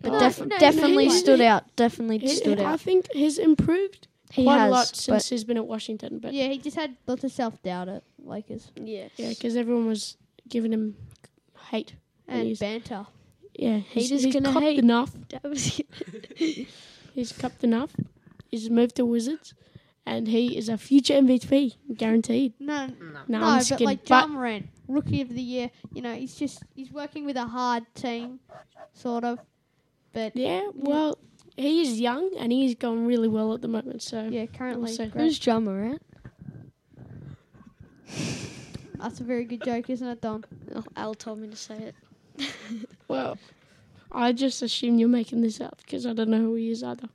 Speaker 2: But
Speaker 1: Oh,
Speaker 2: def-
Speaker 3: no, no,
Speaker 2: definitely
Speaker 1: no, no.
Speaker 2: stood out. Definitely
Speaker 1: He-
Speaker 2: stood
Speaker 1: I
Speaker 2: out.
Speaker 1: think he's improved
Speaker 2: He
Speaker 1: quite
Speaker 2: has.
Speaker 1: a lot since he's been at Washington. But yeah,
Speaker 3: yeah, he just had lots of self doubt at Lakers
Speaker 2: but yes.
Speaker 1: because everyone was giving him hate.
Speaker 3: and
Speaker 1: he's-
Speaker 3: banter.
Speaker 1: Yeah, he's,
Speaker 2: Haters
Speaker 1: he's
Speaker 2: gonna
Speaker 1: copped
Speaker 2: hate.
Speaker 1: enough.
Speaker 2: That was
Speaker 1: He's copped enough. He's moved to Wizards, and he is a future MVP, guaranteed.
Speaker 3: No,
Speaker 6: No.
Speaker 1: No,
Speaker 3: no,
Speaker 1: I'm
Speaker 3: but
Speaker 1: just kidding.
Speaker 3: like
Speaker 1: but
Speaker 3: John Morant, rookie of the year. You know, he's just he's working with a hard team, sort of. But yeah,
Speaker 1: yeah, well, he is young and he's going really well at the moment. So
Speaker 3: currently
Speaker 1: Also-
Speaker 3: great.
Speaker 2: who's John Morant?
Speaker 3: that's a very good joke, isn't it, Don?
Speaker 2: Oh, Al told me to say it.
Speaker 1: Well, I just assume you're making this up because I don't know who he is either.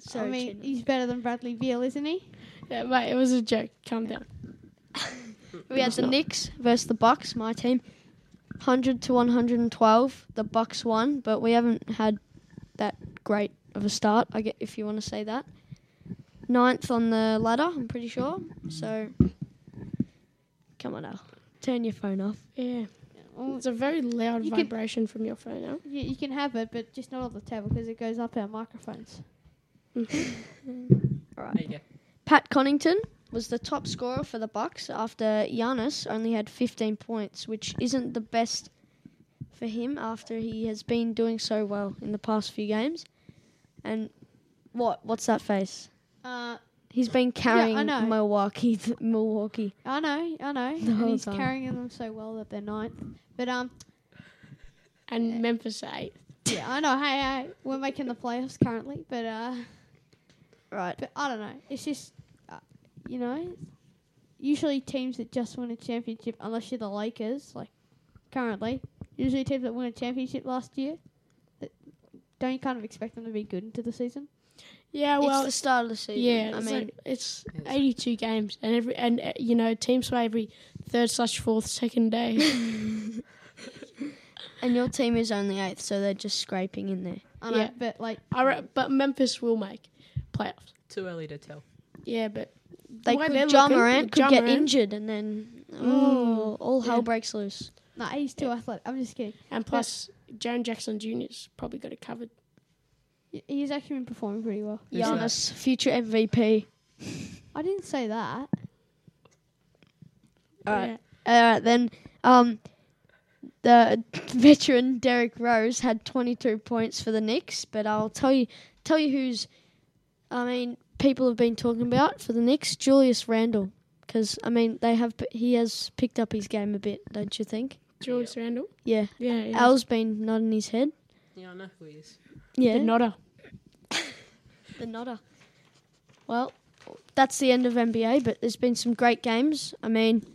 Speaker 2: So
Speaker 3: I mean, he's better than Bradley Beal, isn't he?
Speaker 1: Yeah, mate, it was a joke. Calm down.
Speaker 2: we had the
Speaker 1: not.
Speaker 2: Knicks versus the Bucks. My team, hundred to one hundred and twelve. The Bucks won, but we haven't had that great of a start. I get if you want to say that. Ninth on the ladder, I'm pretty sure. So, come on, Al, turn your phone off.
Speaker 1: Yeah,
Speaker 3: Well,
Speaker 1: it's a very loud
Speaker 3: You can-
Speaker 1: vibration from your phone now.
Speaker 3: yeah, you can have it, but just not on the table because it goes up our microphones.
Speaker 2: All right.
Speaker 6: There you go.
Speaker 2: Pat Connington was the top scorer for the Bucks after Giannis only had 15 points, which isn't the best for him after he has been doing so well in the past few games. And what? What's that face?
Speaker 3: Uh,
Speaker 2: He's been carrying
Speaker 3: know.
Speaker 2: Milwaukee. Milwaukee.
Speaker 3: I know, I know.
Speaker 2: The whole
Speaker 3: and he's
Speaker 2: time.
Speaker 3: carrying them so well that they're ninth. But um,
Speaker 1: And Memphis are eight.
Speaker 3: yeah, I know. Hey, hey, we're making the playoffs currently, but uh.
Speaker 2: Right.
Speaker 3: But I don't know. It's just, uh, you know, usually teams that just win a championship, unless you're the Lakers, like currently, usually teams that win a championship last year, that don't you kind of expect them to be good into the season?
Speaker 1: Yeah, well,
Speaker 2: it's the start of the season.
Speaker 1: yeah.
Speaker 2: I
Speaker 1: it's
Speaker 2: mean,
Speaker 1: like- it's
Speaker 6: Yes.
Speaker 1: 82 games, and every and uh, you know teams play every third slash fourth second day.
Speaker 2: and your team is only eighth, so they're just scraping in there.
Speaker 3: I know,
Speaker 1: Yeah.
Speaker 3: but like,
Speaker 1: I re- but Memphis will make playoffs.
Speaker 6: Too early to tell.
Speaker 1: Yeah, but
Speaker 2: They
Speaker 1: Why they're
Speaker 2: could, John
Speaker 1: looking-
Speaker 2: Morant could
Speaker 1: Ja
Speaker 2: get
Speaker 1: Morant. Mm.
Speaker 2: injured, and then oh, all hell
Speaker 1: Yeah.
Speaker 2: breaks loose.
Speaker 3: nah, he's too athletic. I'm just kidding.
Speaker 1: and plus Jaron Jackson Jr.'s probably got it covered.
Speaker 3: Y- He's actually been performing pretty well.
Speaker 6: Who's that?
Speaker 2: Giannis, future MVP.
Speaker 3: I didn't say that.
Speaker 2: All right.
Speaker 1: Yeah.
Speaker 2: Uh, then um, the veteran Derek Rose had 22 points for the Knicks, but I'll tell you tell you who's I mean people have been talking about for the Knicks Julius Randle because I mean they have he has picked up his game a bit, don't you think?
Speaker 1: Julius Randle.
Speaker 2: Yeah,
Speaker 1: Yeah, yeah.
Speaker 2: Al's been nodding his head.
Speaker 6: Yeah, I know who he is.
Speaker 2: Yeah,
Speaker 1: the nodder.
Speaker 2: the nodder. Well, that's the end of NBA, but there's been some great games. I mean,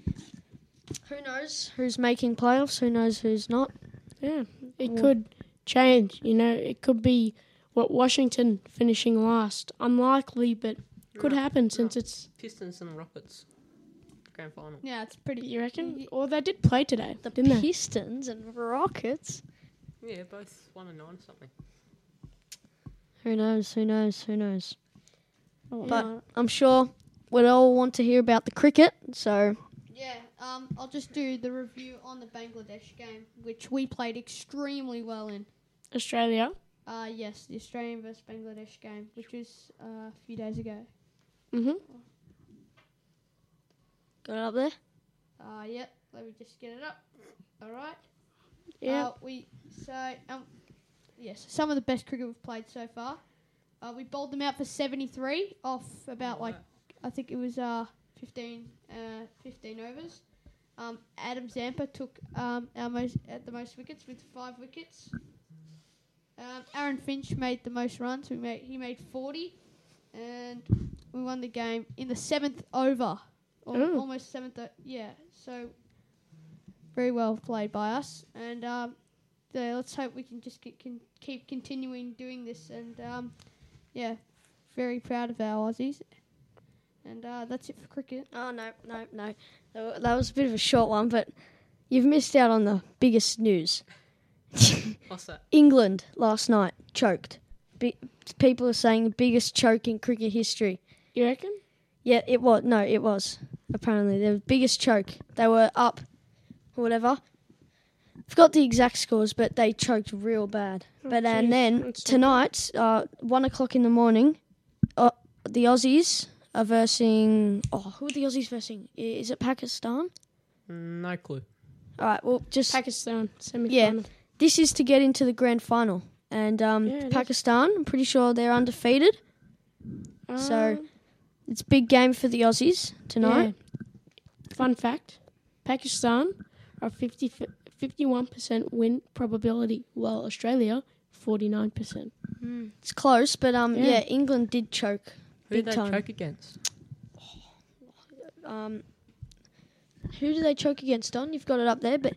Speaker 2: who knows who's making playoffs? Who knows who's not?
Speaker 1: Yeah, it
Speaker 2: Mm.
Speaker 1: could change. You know, it could be what Washington finishing last. Unlikely, but could
Speaker 6: No,
Speaker 1: happen since it's.
Speaker 6: Pistons and Rockets. Grand final.
Speaker 3: Yeah, it's pretty.
Speaker 1: You reckon?
Speaker 3: y-
Speaker 1: Or they did play today,
Speaker 2: The
Speaker 1: didn't they?
Speaker 2: Pistons and Rockets.
Speaker 6: Yeah, both one and nine or something.
Speaker 2: Who knows? Who knows? Who knows?
Speaker 3: oh,
Speaker 2: But
Speaker 3: no.
Speaker 2: I'm sure we'd all want to hear about the cricket. So
Speaker 3: yeah, Um, I'll just do the review on the Bangladesh game, which we played extremely well in.
Speaker 1: Australia.
Speaker 3: Uh, yes, the Australian versus Bangladesh game, which was uh, a few days ago.
Speaker 1: Mm-hmm.
Speaker 2: Got it up there?
Speaker 3: Uh, yep, let me just get it up. All right.
Speaker 1: Yeah.
Speaker 2: Oh.
Speaker 3: Uh, we so um, yes, some of the best cricket we've played so far. Uh, we bowled them out for seventy three off about like I think it was uh 15, uh, 15 overs. Um, Adam Zampa took um, our most at the most wickets with five wickets. Um, Aaron Finch made the most runs. We made he made forty, and we won the game in the seventh over, Al-
Speaker 1: Ooh.
Speaker 3: almost seventh. O- yeah, so very well played by us, and um, the, let's hope we can just keep, can keep continuing doing this. And um, yeah, very proud of our Aussies. And uh, that's it for cricket.
Speaker 2: Oh, no, no, no. That wa- That was a bit of a short one, but you've missed out on the biggest news.
Speaker 6: What's that?
Speaker 2: England last night choked. Bi- people are saying the biggest choke in cricket history.
Speaker 1: You reckon?
Speaker 2: Yeah, it was. No, it was. Apparently, the biggest choke. They were up, or whatever. Forgot the exact scores, but they choked real bad. but
Speaker 1: jeez,
Speaker 2: and then
Speaker 1: that's not
Speaker 2: tonight, uh, one o'clock in the morning, uh, the Aussies are versing. Oh, who are the Aussies versing? I- Is it Pakistan?
Speaker 6: No clue.
Speaker 2: All right. Well, just
Speaker 1: Pakistan semi
Speaker 2: Yeah. this is to get into the grand final, and um,
Speaker 1: Yeah, it is.
Speaker 2: Pakistan. I'm pretty sure they're undefeated.
Speaker 1: Um,
Speaker 2: So- It's a big game for the Aussies tonight.
Speaker 1: Fun fact Pakistan are 50, 51% win probability, while Australia 49%.
Speaker 2: It's close, but um,
Speaker 1: Yeah.
Speaker 2: yeah, England did choke.
Speaker 6: Who
Speaker 2: Big
Speaker 6: did they
Speaker 2: time.
Speaker 6: choke against?
Speaker 2: um, who do they choke against? Don, you've got it up there, but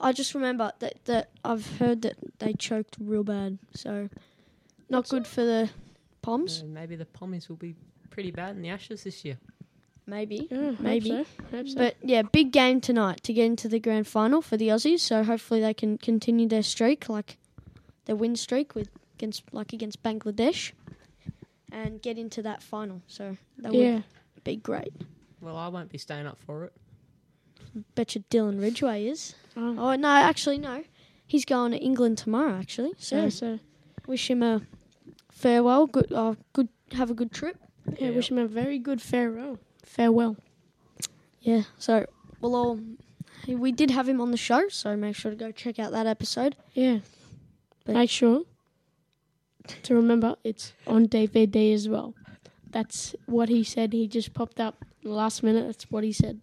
Speaker 2: I just remember that that I've heard that they choked real bad, so not good for the Poms.
Speaker 6: Uh, maybe the Pommies will be pretty bad in the Ashes this year.
Speaker 2: Maybe,
Speaker 1: Yeah, hope
Speaker 2: maybe.
Speaker 1: so, hope so.
Speaker 2: But yeah, big game tonight to get into the grand final for the Aussies. So hopefully they can continue their streak, like their win streak with against like against Bangladesh, and get into that final. So that
Speaker 1: yeah.
Speaker 2: would be great.
Speaker 6: Well, I won't be staying up for it.
Speaker 2: Betcha Dylan Ridgway is.
Speaker 1: Oh,
Speaker 2: Oh no, actually no. He's going to England tomorrow. Actually, so
Speaker 1: yeah, so
Speaker 2: wish him a farewell. Good, uh, good. Have a good trip.
Speaker 1: yeah, wish him a very good farewell. Farewell.
Speaker 2: Yeah. So we'll all. We did have him on the show, so make sure to go check out that episode.
Speaker 1: Yeah.
Speaker 2: But-
Speaker 1: Make sure to remember it's on DVD as well. That's what he said. He just popped up last minute. That's what he said.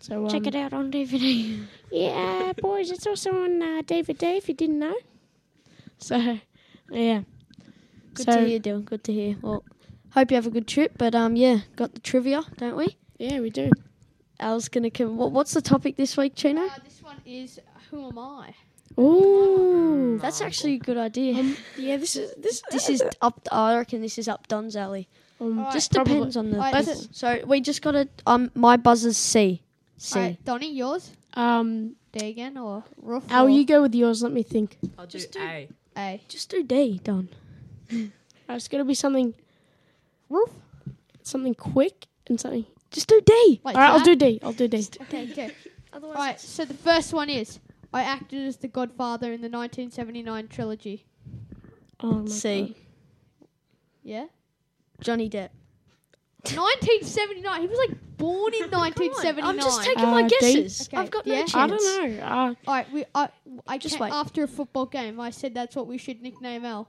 Speaker 1: So um,
Speaker 2: check it out on DVD.
Speaker 1: Yeah, boys, it's also on uh, DVD if you didn't know. So, yeah.
Speaker 2: Good
Speaker 1: so,
Speaker 2: to hear, Dylan. Good to hear. Well, hope you have a good trip. But um, yeah, got the trivia, don't we?
Speaker 1: Yeah, we do.
Speaker 2: Al's gonna come. What, what's the topic this week, Chino?
Speaker 3: Uh, this one is Who Am I?
Speaker 1: Ooh.
Speaker 2: That's actually a good idea.
Speaker 1: Um, yeah, this is this
Speaker 2: this is up. I reckon this is up Don's alley.
Speaker 1: um,
Speaker 3: Alright.
Speaker 2: Just
Speaker 1: probably.
Speaker 2: depends on the.
Speaker 3: Alright,
Speaker 2: people.
Speaker 3: so-
Speaker 2: So we just got to. Um, my buzzer's C. C.
Speaker 3: Alright, Donnie, yours?
Speaker 1: um
Speaker 3: D again or Roof?
Speaker 1: Al,
Speaker 3: or
Speaker 1: you go with yours. Let me think.
Speaker 6: I'll do
Speaker 2: Just do-
Speaker 6: A.
Speaker 3: A.
Speaker 2: Just do D, Don.
Speaker 1: Uh, it's gonna be something
Speaker 3: Roof?
Speaker 1: something quick and something.
Speaker 2: Just do D.
Speaker 3: Wait,
Speaker 1: All right, I'll
Speaker 3: that?
Speaker 1: do D. I'll do D.
Speaker 3: Okay, okay.
Speaker 2: Otherwise,
Speaker 3: Alright, so the first one is I acted as the godfather in the 1979 trilogy.
Speaker 1: Oh my
Speaker 2: C.
Speaker 3: Yeah?
Speaker 2: Johnny Depp.
Speaker 3: 1979. He was like born in 1979.
Speaker 2: I'm just taking
Speaker 1: Uh,
Speaker 2: my
Speaker 1: D.
Speaker 2: guesses.
Speaker 3: Okay,
Speaker 2: I've got no
Speaker 3: yeah.
Speaker 2: chance.
Speaker 1: God. I don't know. Uh,
Speaker 3: All right, we. I, I
Speaker 2: Just
Speaker 3: just
Speaker 2: wait.
Speaker 3: after a football game. I said that's what we should nickname Al.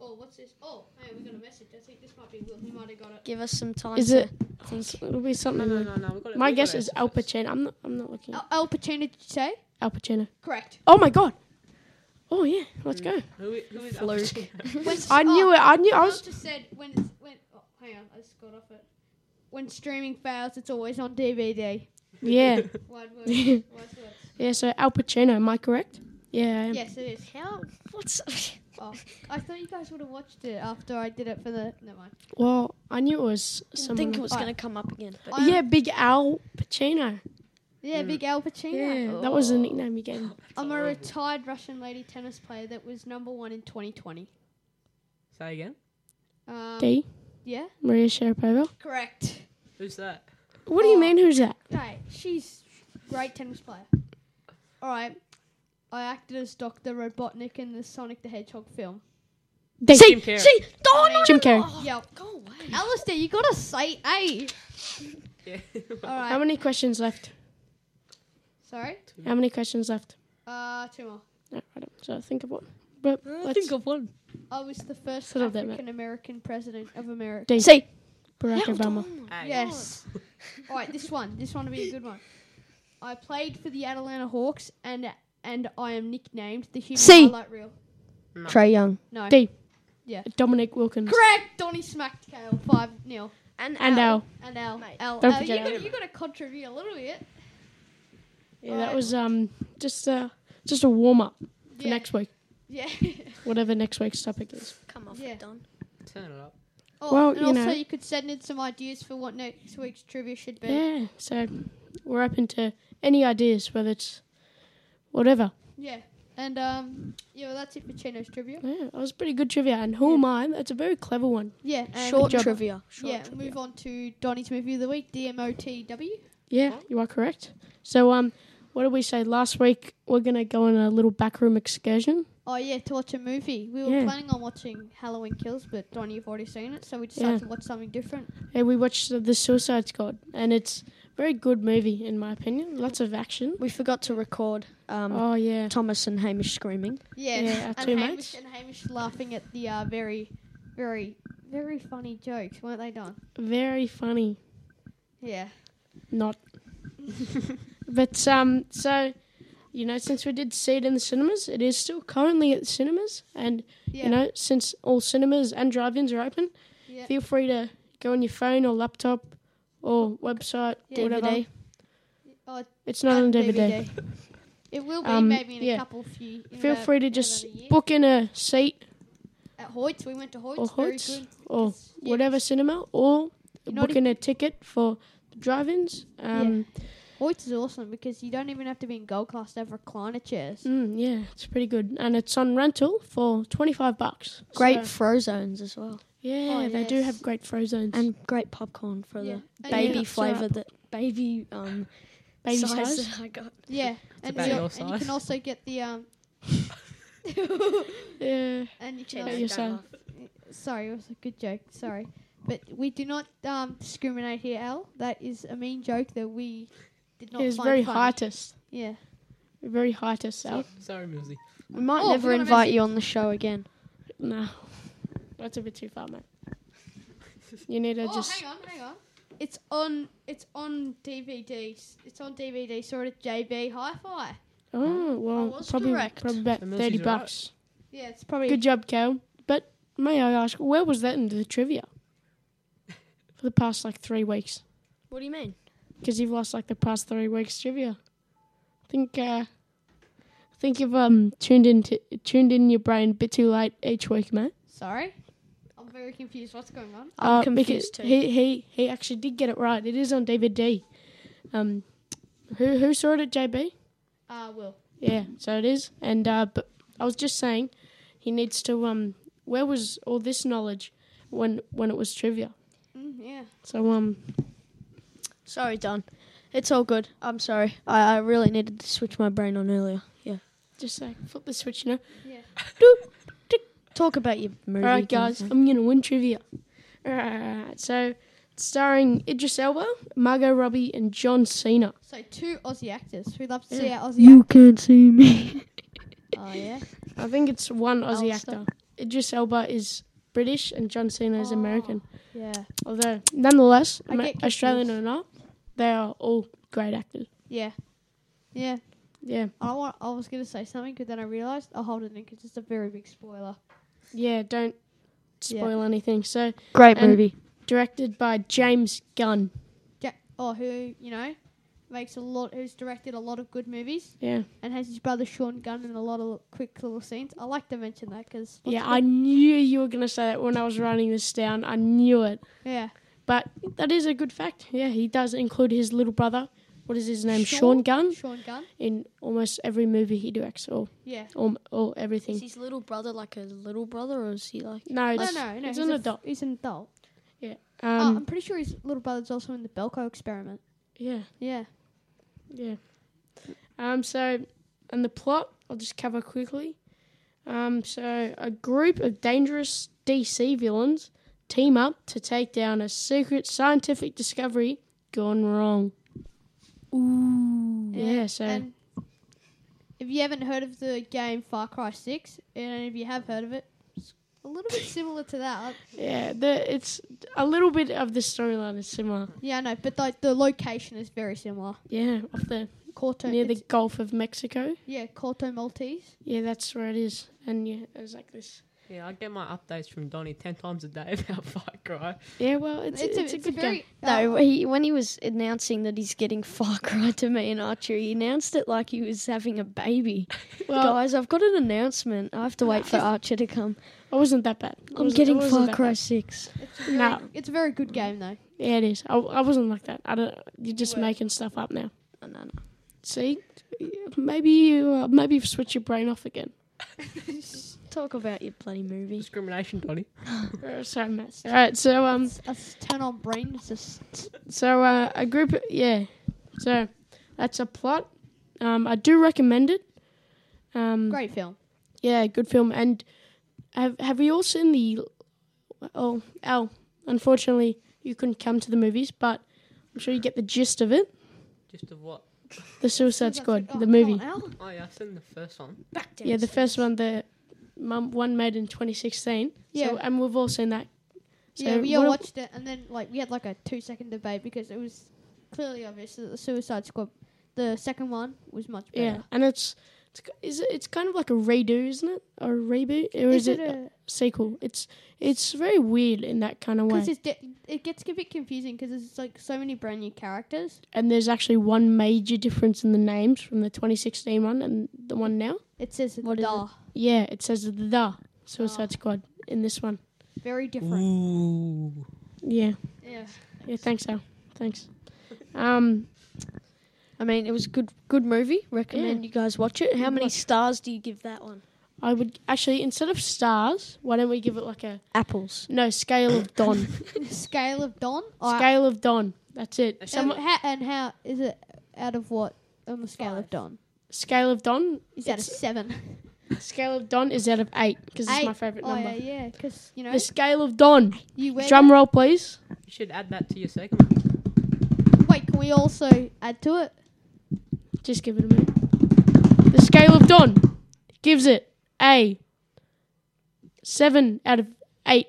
Speaker 3: Oh, what's this? Oh, hey, we got a message. I think this might be Will. He might have got it.
Speaker 2: Give us some time.
Speaker 1: is
Speaker 2: to
Speaker 1: it? It'll be
Speaker 6: No,
Speaker 1: something.
Speaker 6: no,
Speaker 1: like-
Speaker 6: no, no. We've got it.
Speaker 1: My
Speaker 6: we've got
Speaker 1: guess
Speaker 6: it
Speaker 1: is
Speaker 6: as
Speaker 1: Al
Speaker 6: first.
Speaker 1: Pacino. I'm not. I'm not looking.
Speaker 3: Al, Al Pacino, did you say?
Speaker 1: Al Pacino.
Speaker 3: Correct.
Speaker 1: Oh my god. Oh yeah. Let's go.
Speaker 6: Who, i- who is Al
Speaker 2: Fluke.
Speaker 6: Pacino?
Speaker 2: Uh,
Speaker 1: I knew it. I knew. I was.
Speaker 3: just said when it's, when. Oh, hang on, I just got off it. When streaming fails, it's always on DVD.
Speaker 1: Yeah.
Speaker 3: Wide words,
Speaker 1: Yeah.
Speaker 3: wise words.
Speaker 1: Yeah, so Al Pacino, am I correct? Yeah. I am.
Speaker 3: Yes, it is.
Speaker 2: How? What's?
Speaker 3: Oh, I thought you guys would have watched it after I did it for the. Never mind.
Speaker 1: Well, I knew it was
Speaker 2: Didn't
Speaker 1: someone.
Speaker 2: think it was
Speaker 3: Alright.
Speaker 2: going to come up again. but-
Speaker 3: I'm-
Speaker 1: yeah, Big Al Pacino.
Speaker 3: Yeah, big Al Pacino.
Speaker 1: Mm. Yeah,
Speaker 2: Oh,
Speaker 1: that was the nickname he gave. him.
Speaker 3: I'm a
Speaker 6: Horrible.
Speaker 3: retired Russian lady tennis player that was number one in 2020.
Speaker 6: Say again.
Speaker 3: Um,
Speaker 1: D.
Speaker 3: Yeah.
Speaker 1: Maria Sharapova.
Speaker 3: Correct.
Speaker 6: Who's that?
Speaker 1: What do you
Speaker 3: Oh.
Speaker 1: mean? Who's that?
Speaker 3: Right. She's great tennis player. All right, I acted as Doctor Robotnik in the Sonic the Hedgehog film.
Speaker 1: Thank
Speaker 2: See,
Speaker 1: you.
Speaker 6: Jim Carrey.
Speaker 2: see, oh, no,
Speaker 1: Jim
Speaker 2: no, no.
Speaker 1: Carrey.
Speaker 2: Oh,
Speaker 3: Yeah,
Speaker 2: Go away.
Speaker 3: Alistair, you gotta say A. All
Speaker 1: How
Speaker 3: right,
Speaker 1: many questions left?
Speaker 3: sorry.
Speaker 1: How many questions left?
Speaker 3: Uh, two more.
Speaker 1: No, I don't. So think of one. But
Speaker 6: I
Speaker 1: let's
Speaker 6: think of one.
Speaker 3: I was the first
Speaker 1: Sort of that, mate.
Speaker 3: African American president of America.
Speaker 1: D.
Speaker 2: See,
Speaker 1: Barack
Speaker 2: Held
Speaker 1: Obama.
Speaker 2: on.
Speaker 3: Yes. All right, this one. This one will be a good one. I played for the Atlanta Hawks, and and I am nicknamed the human
Speaker 2: C.
Speaker 3: highlight reel.
Speaker 2: Trey Young
Speaker 3: No.
Speaker 1: D.
Speaker 3: Yeah.
Speaker 1: Dominic Wilkins.
Speaker 3: Correct. Donnie smacked Kale five 0
Speaker 1: And Al.
Speaker 3: and Al. Al.
Speaker 1: Don't
Speaker 3: Al, you
Speaker 1: forget
Speaker 3: gotta,
Speaker 1: Al.
Speaker 3: you gotta contribute a little bit.
Speaker 1: Yeah, that was um just uh just a warm up for
Speaker 3: Yeah.
Speaker 1: next week.
Speaker 3: Yeah.
Speaker 1: Whatever next week's topic is.
Speaker 2: Come off
Speaker 3: Yeah.
Speaker 2: it, Don.
Speaker 6: Turn it up.
Speaker 3: oh,
Speaker 1: Well,
Speaker 3: and
Speaker 1: you
Speaker 3: also
Speaker 1: know.
Speaker 3: you could send in some ideas for what next week's trivia should be.
Speaker 1: Yeah. So we're open to any ideas, whether it's whatever.
Speaker 3: Yeah. And um, yeah, well, that's it for Chino's trivia.
Speaker 1: Yeah, that was pretty good trivia. And who am I? That's a very clever one.
Speaker 3: Yeah. And
Speaker 2: Short
Speaker 1: job.
Speaker 2: trivia. Short
Speaker 3: yeah.
Speaker 2: trivia.
Speaker 3: Move on to Donnie's movie of the week. DMOTW.
Speaker 1: Yeah, you are correct. So um, what did we say last week? We're gonna go on a little backroom excursion.
Speaker 3: Oh yeah, to watch a movie. We were
Speaker 1: Yeah.
Speaker 3: planning on watching Halloween Kills, but Donnie, you've already seen it, so we decided
Speaker 1: Yeah.
Speaker 3: to watch something different.
Speaker 1: Hey, we watched the, the Suicide Squad, and it's a very good movie in my opinion. Lots of action.
Speaker 2: We forgot to record um,
Speaker 1: Oh yeah,
Speaker 2: Thomas and Hamish screaming.
Speaker 3: Yeah,
Speaker 1: Yeah, our
Speaker 3: and
Speaker 1: two
Speaker 3: Hamish
Speaker 1: mates.
Speaker 3: and Hamish laughing at the uh, very, very, very funny jokes, weren't they, Don?
Speaker 1: very funny.
Speaker 3: Yeah.
Speaker 1: Not. but um, so you know, since we did see it in the cinemas, it is still currently at the cinemas, and
Speaker 3: Yeah.
Speaker 1: you know, since all cinemas and drive-ins are open,
Speaker 3: yeah.
Speaker 1: feel free to go on your phone or laptop or website,
Speaker 3: Yeah,
Speaker 1: whatever.
Speaker 2: DVD.
Speaker 3: Oh,
Speaker 1: It's not on
Speaker 3: and
Speaker 1: DVD.
Speaker 3: It will be
Speaker 1: Um,
Speaker 3: maybe in
Speaker 1: yeah.
Speaker 3: a couple few. in
Speaker 1: Feel
Speaker 3: about-
Speaker 1: free to
Speaker 3: in
Speaker 1: just
Speaker 3: about a year.
Speaker 1: book in a seat
Speaker 3: at Hoyts. We went to Hoyts.
Speaker 1: or
Speaker 3: very
Speaker 1: Hoyts
Speaker 3: good.
Speaker 1: or
Speaker 3: It's- yeah,
Speaker 1: whatever cinema, or
Speaker 3: You're not
Speaker 1: book in a ticket for the drive-ins. Um,
Speaker 3: Hoyts is awesome because you don't even have to be in gold class to have recliner chairs.
Speaker 1: mm, yeah, it's pretty good, and it's on rental for twenty-five bucks.
Speaker 2: Great
Speaker 1: So-
Speaker 2: fro zones as well,
Speaker 1: Yeah,
Speaker 3: Oh,
Speaker 1: they do
Speaker 3: yes.
Speaker 1: have great frozones.
Speaker 2: and great popcorn for
Speaker 3: Yeah.
Speaker 2: the
Speaker 1: yeah,
Speaker 3: And
Speaker 2: baby
Speaker 1: it's
Speaker 2: flavour
Speaker 1: alright.
Speaker 2: that baby um
Speaker 1: baby
Speaker 2: size,
Speaker 1: size.
Speaker 2: that I got.
Speaker 3: Yeah, and,
Speaker 6: about
Speaker 3: you-
Speaker 6: your
Speaker 3: and you
Speaker 6: size.
Speaker 3: can also get the um.
Speaker 1: Yeah.
Speaker 3: and you can
Speaker 1: Check
Speaker 3: also
Speaker 1: your son.
Speaker 3: Sorry, it was a good joke. Sorry. But we do not um, discriminate here, Al. That is a mean joke that we did not
Speaker 1: It was
Speaker 3: find
Speaker 1: very
Speaker 3: funny.
Speaker 1: heightist.
Speaker 3: Yeah.
Speaker 1: Very heightist, Al.
Speaker 6: Sorry, Millsy.
Speaker 2: We might
Speaker 3: Oh,
Speaker 2: never
Speaker 3: we got a
Speaker 2: invite you on the show again.
Speaker 1: No. That's a bit too far, mate. You need to
Speaker 3: oh,
Speaker 1: just.
Speaker 3: hang on, hang on. It's on. It's on DVD. It's on DVD. Saw it at JB Hi-Fi.
Speaker 1: Oh, well,
Speaker 2: was
Speaker 1: probably,
Speaker 2: correct.
Speaker 1: probably about
Speaker 6: The Mills
Speaker 1: 30
Speaker 6: is right.
Speaker 1: bucks.
Speaker 3: Yeah, it's probably.
Speaker 1: Good job, Cal. But may I ask, where was that into the trivia? For the past like three weeks.
Speaker 2: What do you mean?
Speaker 1: Because you've lost like the past three weeks trivia. I think, uh. I think you've um, tuned, into, tuned in your brain a bit too late each week, mate.
Speaker 3: Sorry. I'm very confused. What's going on?
Speaker 2: I'm
Speaker 1: Uh, because
Speaker 2: confused too.
Speaker 1: He, he he actually did get it right. It is on DVD. Um, who who saw it at JB?
Speaker 3: Uh, Will.
Speaker 1: Yeah, so it is. And uh, but I was just saying, he needs to um. Where was all this knowledge when when it was trivia?
Speaker 3: Mm, yeah.
Speaker 1: So um,
Speaker 2: Sorry, Don. It's all good. I'm sorry. I, I really needed to switch my brain on earlier.
Speaker 1: just like flip the switch, you know.
Speaker 2: Talk about your movie.
Speaker 1: All right, guys, I'm gonna win trivia. All right, so starring Idris Elba, Margot Robbie, and John Cena.
Speaker 3: So two Aussie actors. We love to see
Speaker 1: Yeah.
Speaker 3: our Aussie.
Speaker 2: can't see me.
Speaker 3: ac- oh yeah.
Speaker 1: I think it's one Aussie
Speaker 2: Alistair.
Speaker 1: actor. Idris Elba is British, and John Cena is
Speaker 3: Oh.
Speaker 1: American.
Speaker 3: Yeah.
Speaker 1: Although, nonetheless,
Speaker 3: Oh. I
Speaker 1: Ama-
Speaker 3: get confused.
Speaker 1: Australian or not, they are all great actors.
Speaker 3: Yeah. Yeah.
Speaker 1: Yeah,
Speaker 3: I want. I was gonna say something, but then I realized I'll hold it in because it's a very big spoiler.
Speaker 1: yeah. Don't
Speaker 3: Yeah.
Speaker 1: spoil anything. So,
Speaker 2: Great
Speaker 1: And-
Speaker 2: movie.
Speaker 1: directed by James Gunn.
Speaker 3: Ja- oh, who you know makes a lot, who's directed a lot of good movies
Speaker 1: Yeah,
Speaker 3: and has his brother Sean Gunn in a lot of li- quick little scenes. I like to mention that because
Speaker 1: yeah. I knew you were gonna say that when I was writing this down. I knew it.
Speaker 3: yeah,
Speaker 1: But that is a good fact. Yeah, he does include his little brother. What is his name?
Speaker 3: Sean?
Speaker 1: Sean Gunn
Speaker 3: Sean Gunn,
Speaker 1: in almost every movie he directs, or
Speaker 3: yeah.
Speaker 1: or, or everything.
Speaker 2: his little brother like a little brother, or is he like?
Speaker 1: No,
Speaker 3: No,
Speaker 1: it's,
Speaker 3: no,
Speaker 1: it's
Speaker 3: no. he's
Speaker 1: an
Speaker 3: a f-
Speaker 1: adult.
Speaker 3: He's an adult. oh, I'm
Speaker 1: Um,
Speaker 3: pretty sure his little brother's also in the Belko experiment.
Speaker 1: yeah,
Speaker 3: Yeah,
Speaker 1: yeah. Um, so, and the plot, I'll just cover quickly. Um, so, a group of dangerous DC villains team up to take down a secret scientific discovery gone wrong. Ooh. Yeah, so.
Speaker 3: And if you haven't heard of the game Far Cry 6, and if you have heard of it, it's a little bit similar to that.
Speaker 1: Yeah, the, it's a little bit of the storyline is similar.
Speaker 3: Yeah, I know, but like the location is very similar.
Speaker 1: Yeah, off the
Speaker 3: Corto,
Speaker 1: near the
Speaker 3: it's-
Speaker 1: Gulf of Mexico.
Speaker 3: yeah, Corto Maltese.
Speaker 1: Yeah, that's where it is. And yeah, it was like this.
Speaker 6: Yeah, I get my updates from Donnie ten times a day about Far Cry.
Speaker 1: Yeah, well, it's it's, a, good game.
Speaker 3: very
Speaker 2: No,
Speaker 3: uh,
Speaker 2: he, when he was announcing that he's getting Far Cry to me and Archer, he announced it like he was having a baby.
Speaker 1: Well,
Speaker 2: Guys, I've got an announcement. I have to wait for Archer to come.
Speaker 1: I wasn't that bad. I
Speaker 2: I'm
Speaker 1: wasn't- I
Speaker 2: getting
Speaker 1: wasn't
Speaker 2: Far
Speaker 1: that
Speaker 2: Cry
Speaker 1: bad.
Speaker 2: 6.
Speaker 3: it's, a very,
Speaker 1: no.
Speaker 3: it's a very good game though.
Speaker 1: Yeah, it is. I, I wasn't like that. I don't. You're just making stuff up now.
Speaker 2: No, no, no.
Speaker 1: See, maybe you uh, maybe you've switched your brain off again.
Speaker 2: Talk about your bloody movie.
Speaker 6: Discrimination, Donnie.
Speaker 1: Uh, Sorry, Matt. All right, so um,
Speaker 3: It's, it's turn on brain. It's just
Speaker 1: so uh, a group, yeah. So that's a plot. Um, I do recommend it. Um,
Speaker 3: great film.
Speaker 1: Yeah, good film. And have have we all seen the? Oh, Al. Unfortunately, you couldn't come to the movies, but I'm sure you get the gist of it.
Speaker 6: Just of what?
Speaker 1: The Suicide Squad,
Speaker 3: Oh,
Speaker 1: the
Speaker 3: come
Speaker 1: movie.
Speaker 3: on, Al.
Speaker 6: Oh yeah, I've seen the first one.
Speaker 1: Yeah, the first one, the mum one made in 2016.
Speaker 3: Yeah.
Speaker 1: so, and we've all seen that. So
Speaker 3: yeah, we
Speaker 1: what
Speaker 3: all
Speaker 1: ab-
Speaker 3: watched it, and then like we had like a two-second debate because it was clearly obvious that the Suicide Squad, the second one, was much better.
Speaker 1: Yeah, and it's it's k- is it, it's kind of like a redo, isn't it? Or a reboot, or is, it, a sequel? It's it's very weird in that kind of way.
Speaker 3: Because it gets a bit confusing because there's like so many brand new characters.
Speaker 1: And there's actually one major difference in the names from the 2016 one and the one now.
Speaker 3: It says
Speaker 2: What is
Speaker 3: "da,"
Speaker 1: Yeah, it says the Suicide Squad in this one.
Speaker 3: very different.
Speaker 6: Ooh.
Speaker 1: Yeah,
Speaker 3: Yeah,
Speaker 1: yeah. Thanks, Al. Thanks. Um,
Speaker 2: I mean, it was a good, good movie. Recommend
Speaker 1: Yeah.
Speaker 2: you guys watch it. How
Speaker 1: Good
Speaker 2: many
Speaker 1: watch.
Speaker 2: stars do you give that one?
Speaker 1: I would actually instead of stars, why don't we give it like a
Speaker 2: Apples.
Speaker 1: no scale of Don?
Speaker 3: scale of Don. Alright.
Speaker 1: Scale of Don. That's it.
Speaker 6: That's
Speaker 3: and,
Speaker 1: Some,
Speaker 3: how, and how is it out of what on the scale of Don?
Speaker 1: scale of Don.
Speaker 3: Is that a
Speaker 1: It's-
Speaker 3: seven?
Speaker 1: Scale of Don is out of eight because it's my
Speaker 3: Eight.
Speaker 1: favorite
Speaker 3: Oh
Speaker 1: number.
Speaker 3: yeah, yeah. Because you know
Speaker 1: The scale of Don.
Speaker 3: you wear.
Speaker 1: Drum roll, please.
Speaker 6: You should add that to your second one.
Speaker 3: Wait, can we also add to it?
Speaker 1: Just give it a minute. The scale of Don gives it a seven out of eight.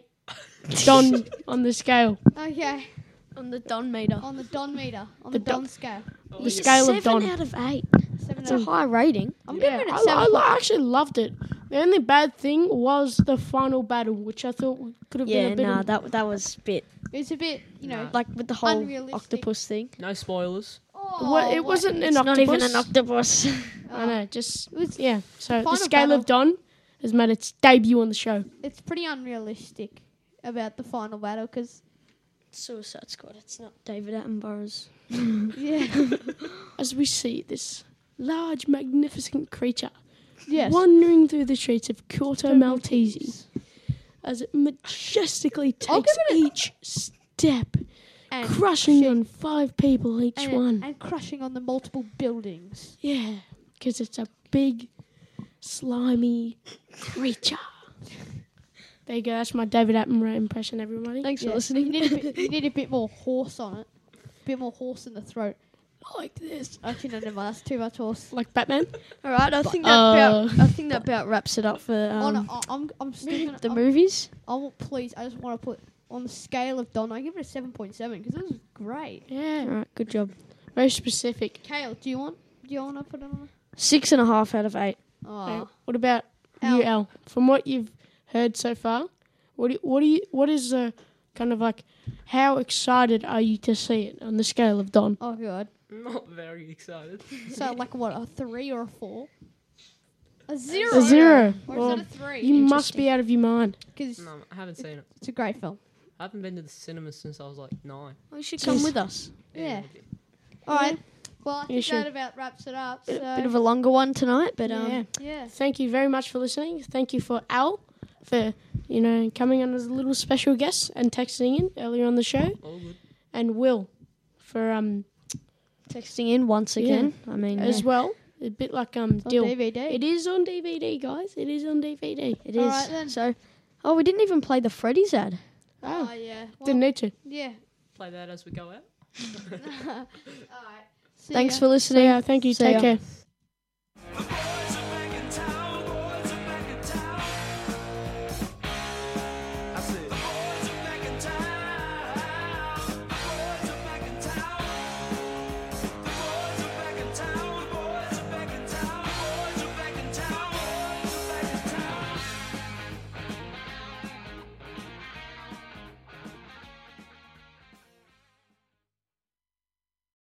Speaker 1: Don on the scale.
Speaker 3: Okay,
Speaker 2: On the Don meter.
Speaker 3: on the Don meter, on
Speaker 1: The
Speaker 3: the,
Speaker 1: Don-
Speaker 3: Don scale.
Speaker 1: The scale
Speaker 2: Seven
Speaker 1: of Don.
Speaker 2: out of eight.
Speaker 3: Seven
Speaker 2: It's
Speaker 3: out
Speaker 2: a
Speaker 3: of-
Speaker 2: high rating.
Speaker 3: I'm
Speaker 1: Yeah,
Speaker 3: giving it
Speaker 1: I,
Speaker 3: seven.
Speaker 1: I li- actually loved it. The only bad thing was the final battle, which I thought could have
Speaker 2: Yeah,
Speaker 1: been a bit.
Speaker 2: nah,
Speaker 1: of-
Speaker 2: that that was a bit
Speaker 3: it's a bit, you know.
Speaker 6: Nah.
Speaker 2: like with the whole
Speaker 3: Unrealistic.
Speaker 2: octopus thing.
Speaker 6: No spoilers.
Speaker 3: Oh,
Speaker 1: What- it
Speaker 3: what-
Speaker 1: wasn't an
Speaker 2: it's
Speaker 1: octopus.
Speaker 2: not even an octopus.
Speaker 1: I know, just
Speaker 3: It was-
Speaker 1: yeah. So the
Speaker 3: Final
Speaker 1: scale of Don has made its debut on the show.
Speaker 3: It's pretty unrealistic about the final battle because
Speaker 2: Suicide Squad. It's not David Attenborough's.
Speaker 3: yeah,
Speaker 1: As we see this large, magnificent creature
Speaker 3: yes.
Speaker 1: wandering through the streets of Corto Maltese as it majestically
Speaker 3: I'll
Speaker 1: takes
Speaker 3: give it a-
Speaker 1: each step,
Speaker 3: and
Speaker 1: crushing
Speaker 3: shit.
Speaker 1: on five people each
Speaker 3: and,
Speaker 1: one.
Speaker 3: and crushing on the multiple buildings.
Speaker 1: Yeah, because it's a big, slimy creature. there you go. That's my David Attenborough impression, everybody.
Speaker 2: Thanks
Speaker 3: Yeah.
Speaker 2: for listening.
Speaker 3: You need, a bit, you need a bit more horse on it, a bit more horse in the throat.
Speaker 1: like this.
Speaker 3: Actually, no, never. mind, That's too much horse.
Speaker 1: Like Batman.
Speaker 2: All right, I think that
Speaker 1: Uh,
Speaker 2: about, I think that about wraps it up for
Speaker 3: on,
Speaker 2: um,
Speaker 3: I, I'm, I'm still gonna,
Speaker 2: the
Speaker 3: I'm-
Speaker 2: movies.
Speaker 3: I want, please, I just want to put on the scale of Don. I give it a seven point seven because it was great.
Speaker 2: All
Speaker 1: Yeah.
Speaker 2: right, good job.
Speaker 1: Very specific.
Speaker 3: Kale, do you want? Do you want to put it on?
Speaker 2: Six and a half out of eight.
Speaker 3: Oh,
Speaker 1: Okay, What about you,
Speaker 3: Al.
Speaker 1: Al? From what you've heard so far, what do, what do you what is the kind of like? How excited are you to see it on the scale of Don?
Speaker 3: oh god.
Speaker 6: Not very excited.
Speaker 3: So like what a three or a four? A zero.
Speaker 1: A zero.
Speaker 3: Or
Speaker 1: Well,
Speaker 3: is that a three?
Speaker 1: you must
Speaker 2: Interesting.
Speaker 1: be out of your mind.
Speaker 3: Because
Speaker 6: No, I haven't seen it.
Speaker 3: it's a great film.
Speaker 6: I haven't been to the cinema since I was like nine.
Speaker 2: you should
Speaker 1: come
Speaker 2: come
Speaker 1: with
Speaker 2: with us.
Speaker 3: Yeah.
Speaker 6: I did.
Speaker 3: All right. Well, I think
Speaker 1: should.
Speaker 3: that about wraps it up. So
Speaker 2: Bit, bit of a longer one tonight, but um,
Speaker 1: yeah.
Speaker 3: yeah.
Speaker 1: Thank you very much for listening. Thank you for Al for you know coming on as a little special guest and texting in earlier on the show,
Speaker 6: All good.
Speaker 1: and Will for um
Speaker 2: Texting in once
Speaker 1: Yeah.
Speaker 2: again. I mean,
Speaker 1: as
Speaker 2: yeah,
Speaker 1: well. A bit like um,
Speaker 3: On
Speaker 1: Dill.
Speaker 3: DVD.
Speaker 1: It is on DVD, guys. It is on DVD.
Speaker 2: it is.
Speaker 3: All right then.
Speaker 2: So, oh, we didn't even play the Freddy's ad.
Speaker 1: Oh,
Speaker 3: Oh, yeah. Well,
Speaker 1: didn't need to.
Speaker 3: yeah.
Speaker 6: Play that as we go out.
Speaker 3: All right. See
Speaker 2: Thanks
Speaker 3: ya.
Speaker 2: for
Speaker 1: So
Speaker 2: listening.
Speaker 1: yeah, thank you.
Speaker 2: See
Speaker 1: Take
Speaker 2: ya.
Speaker 1: care.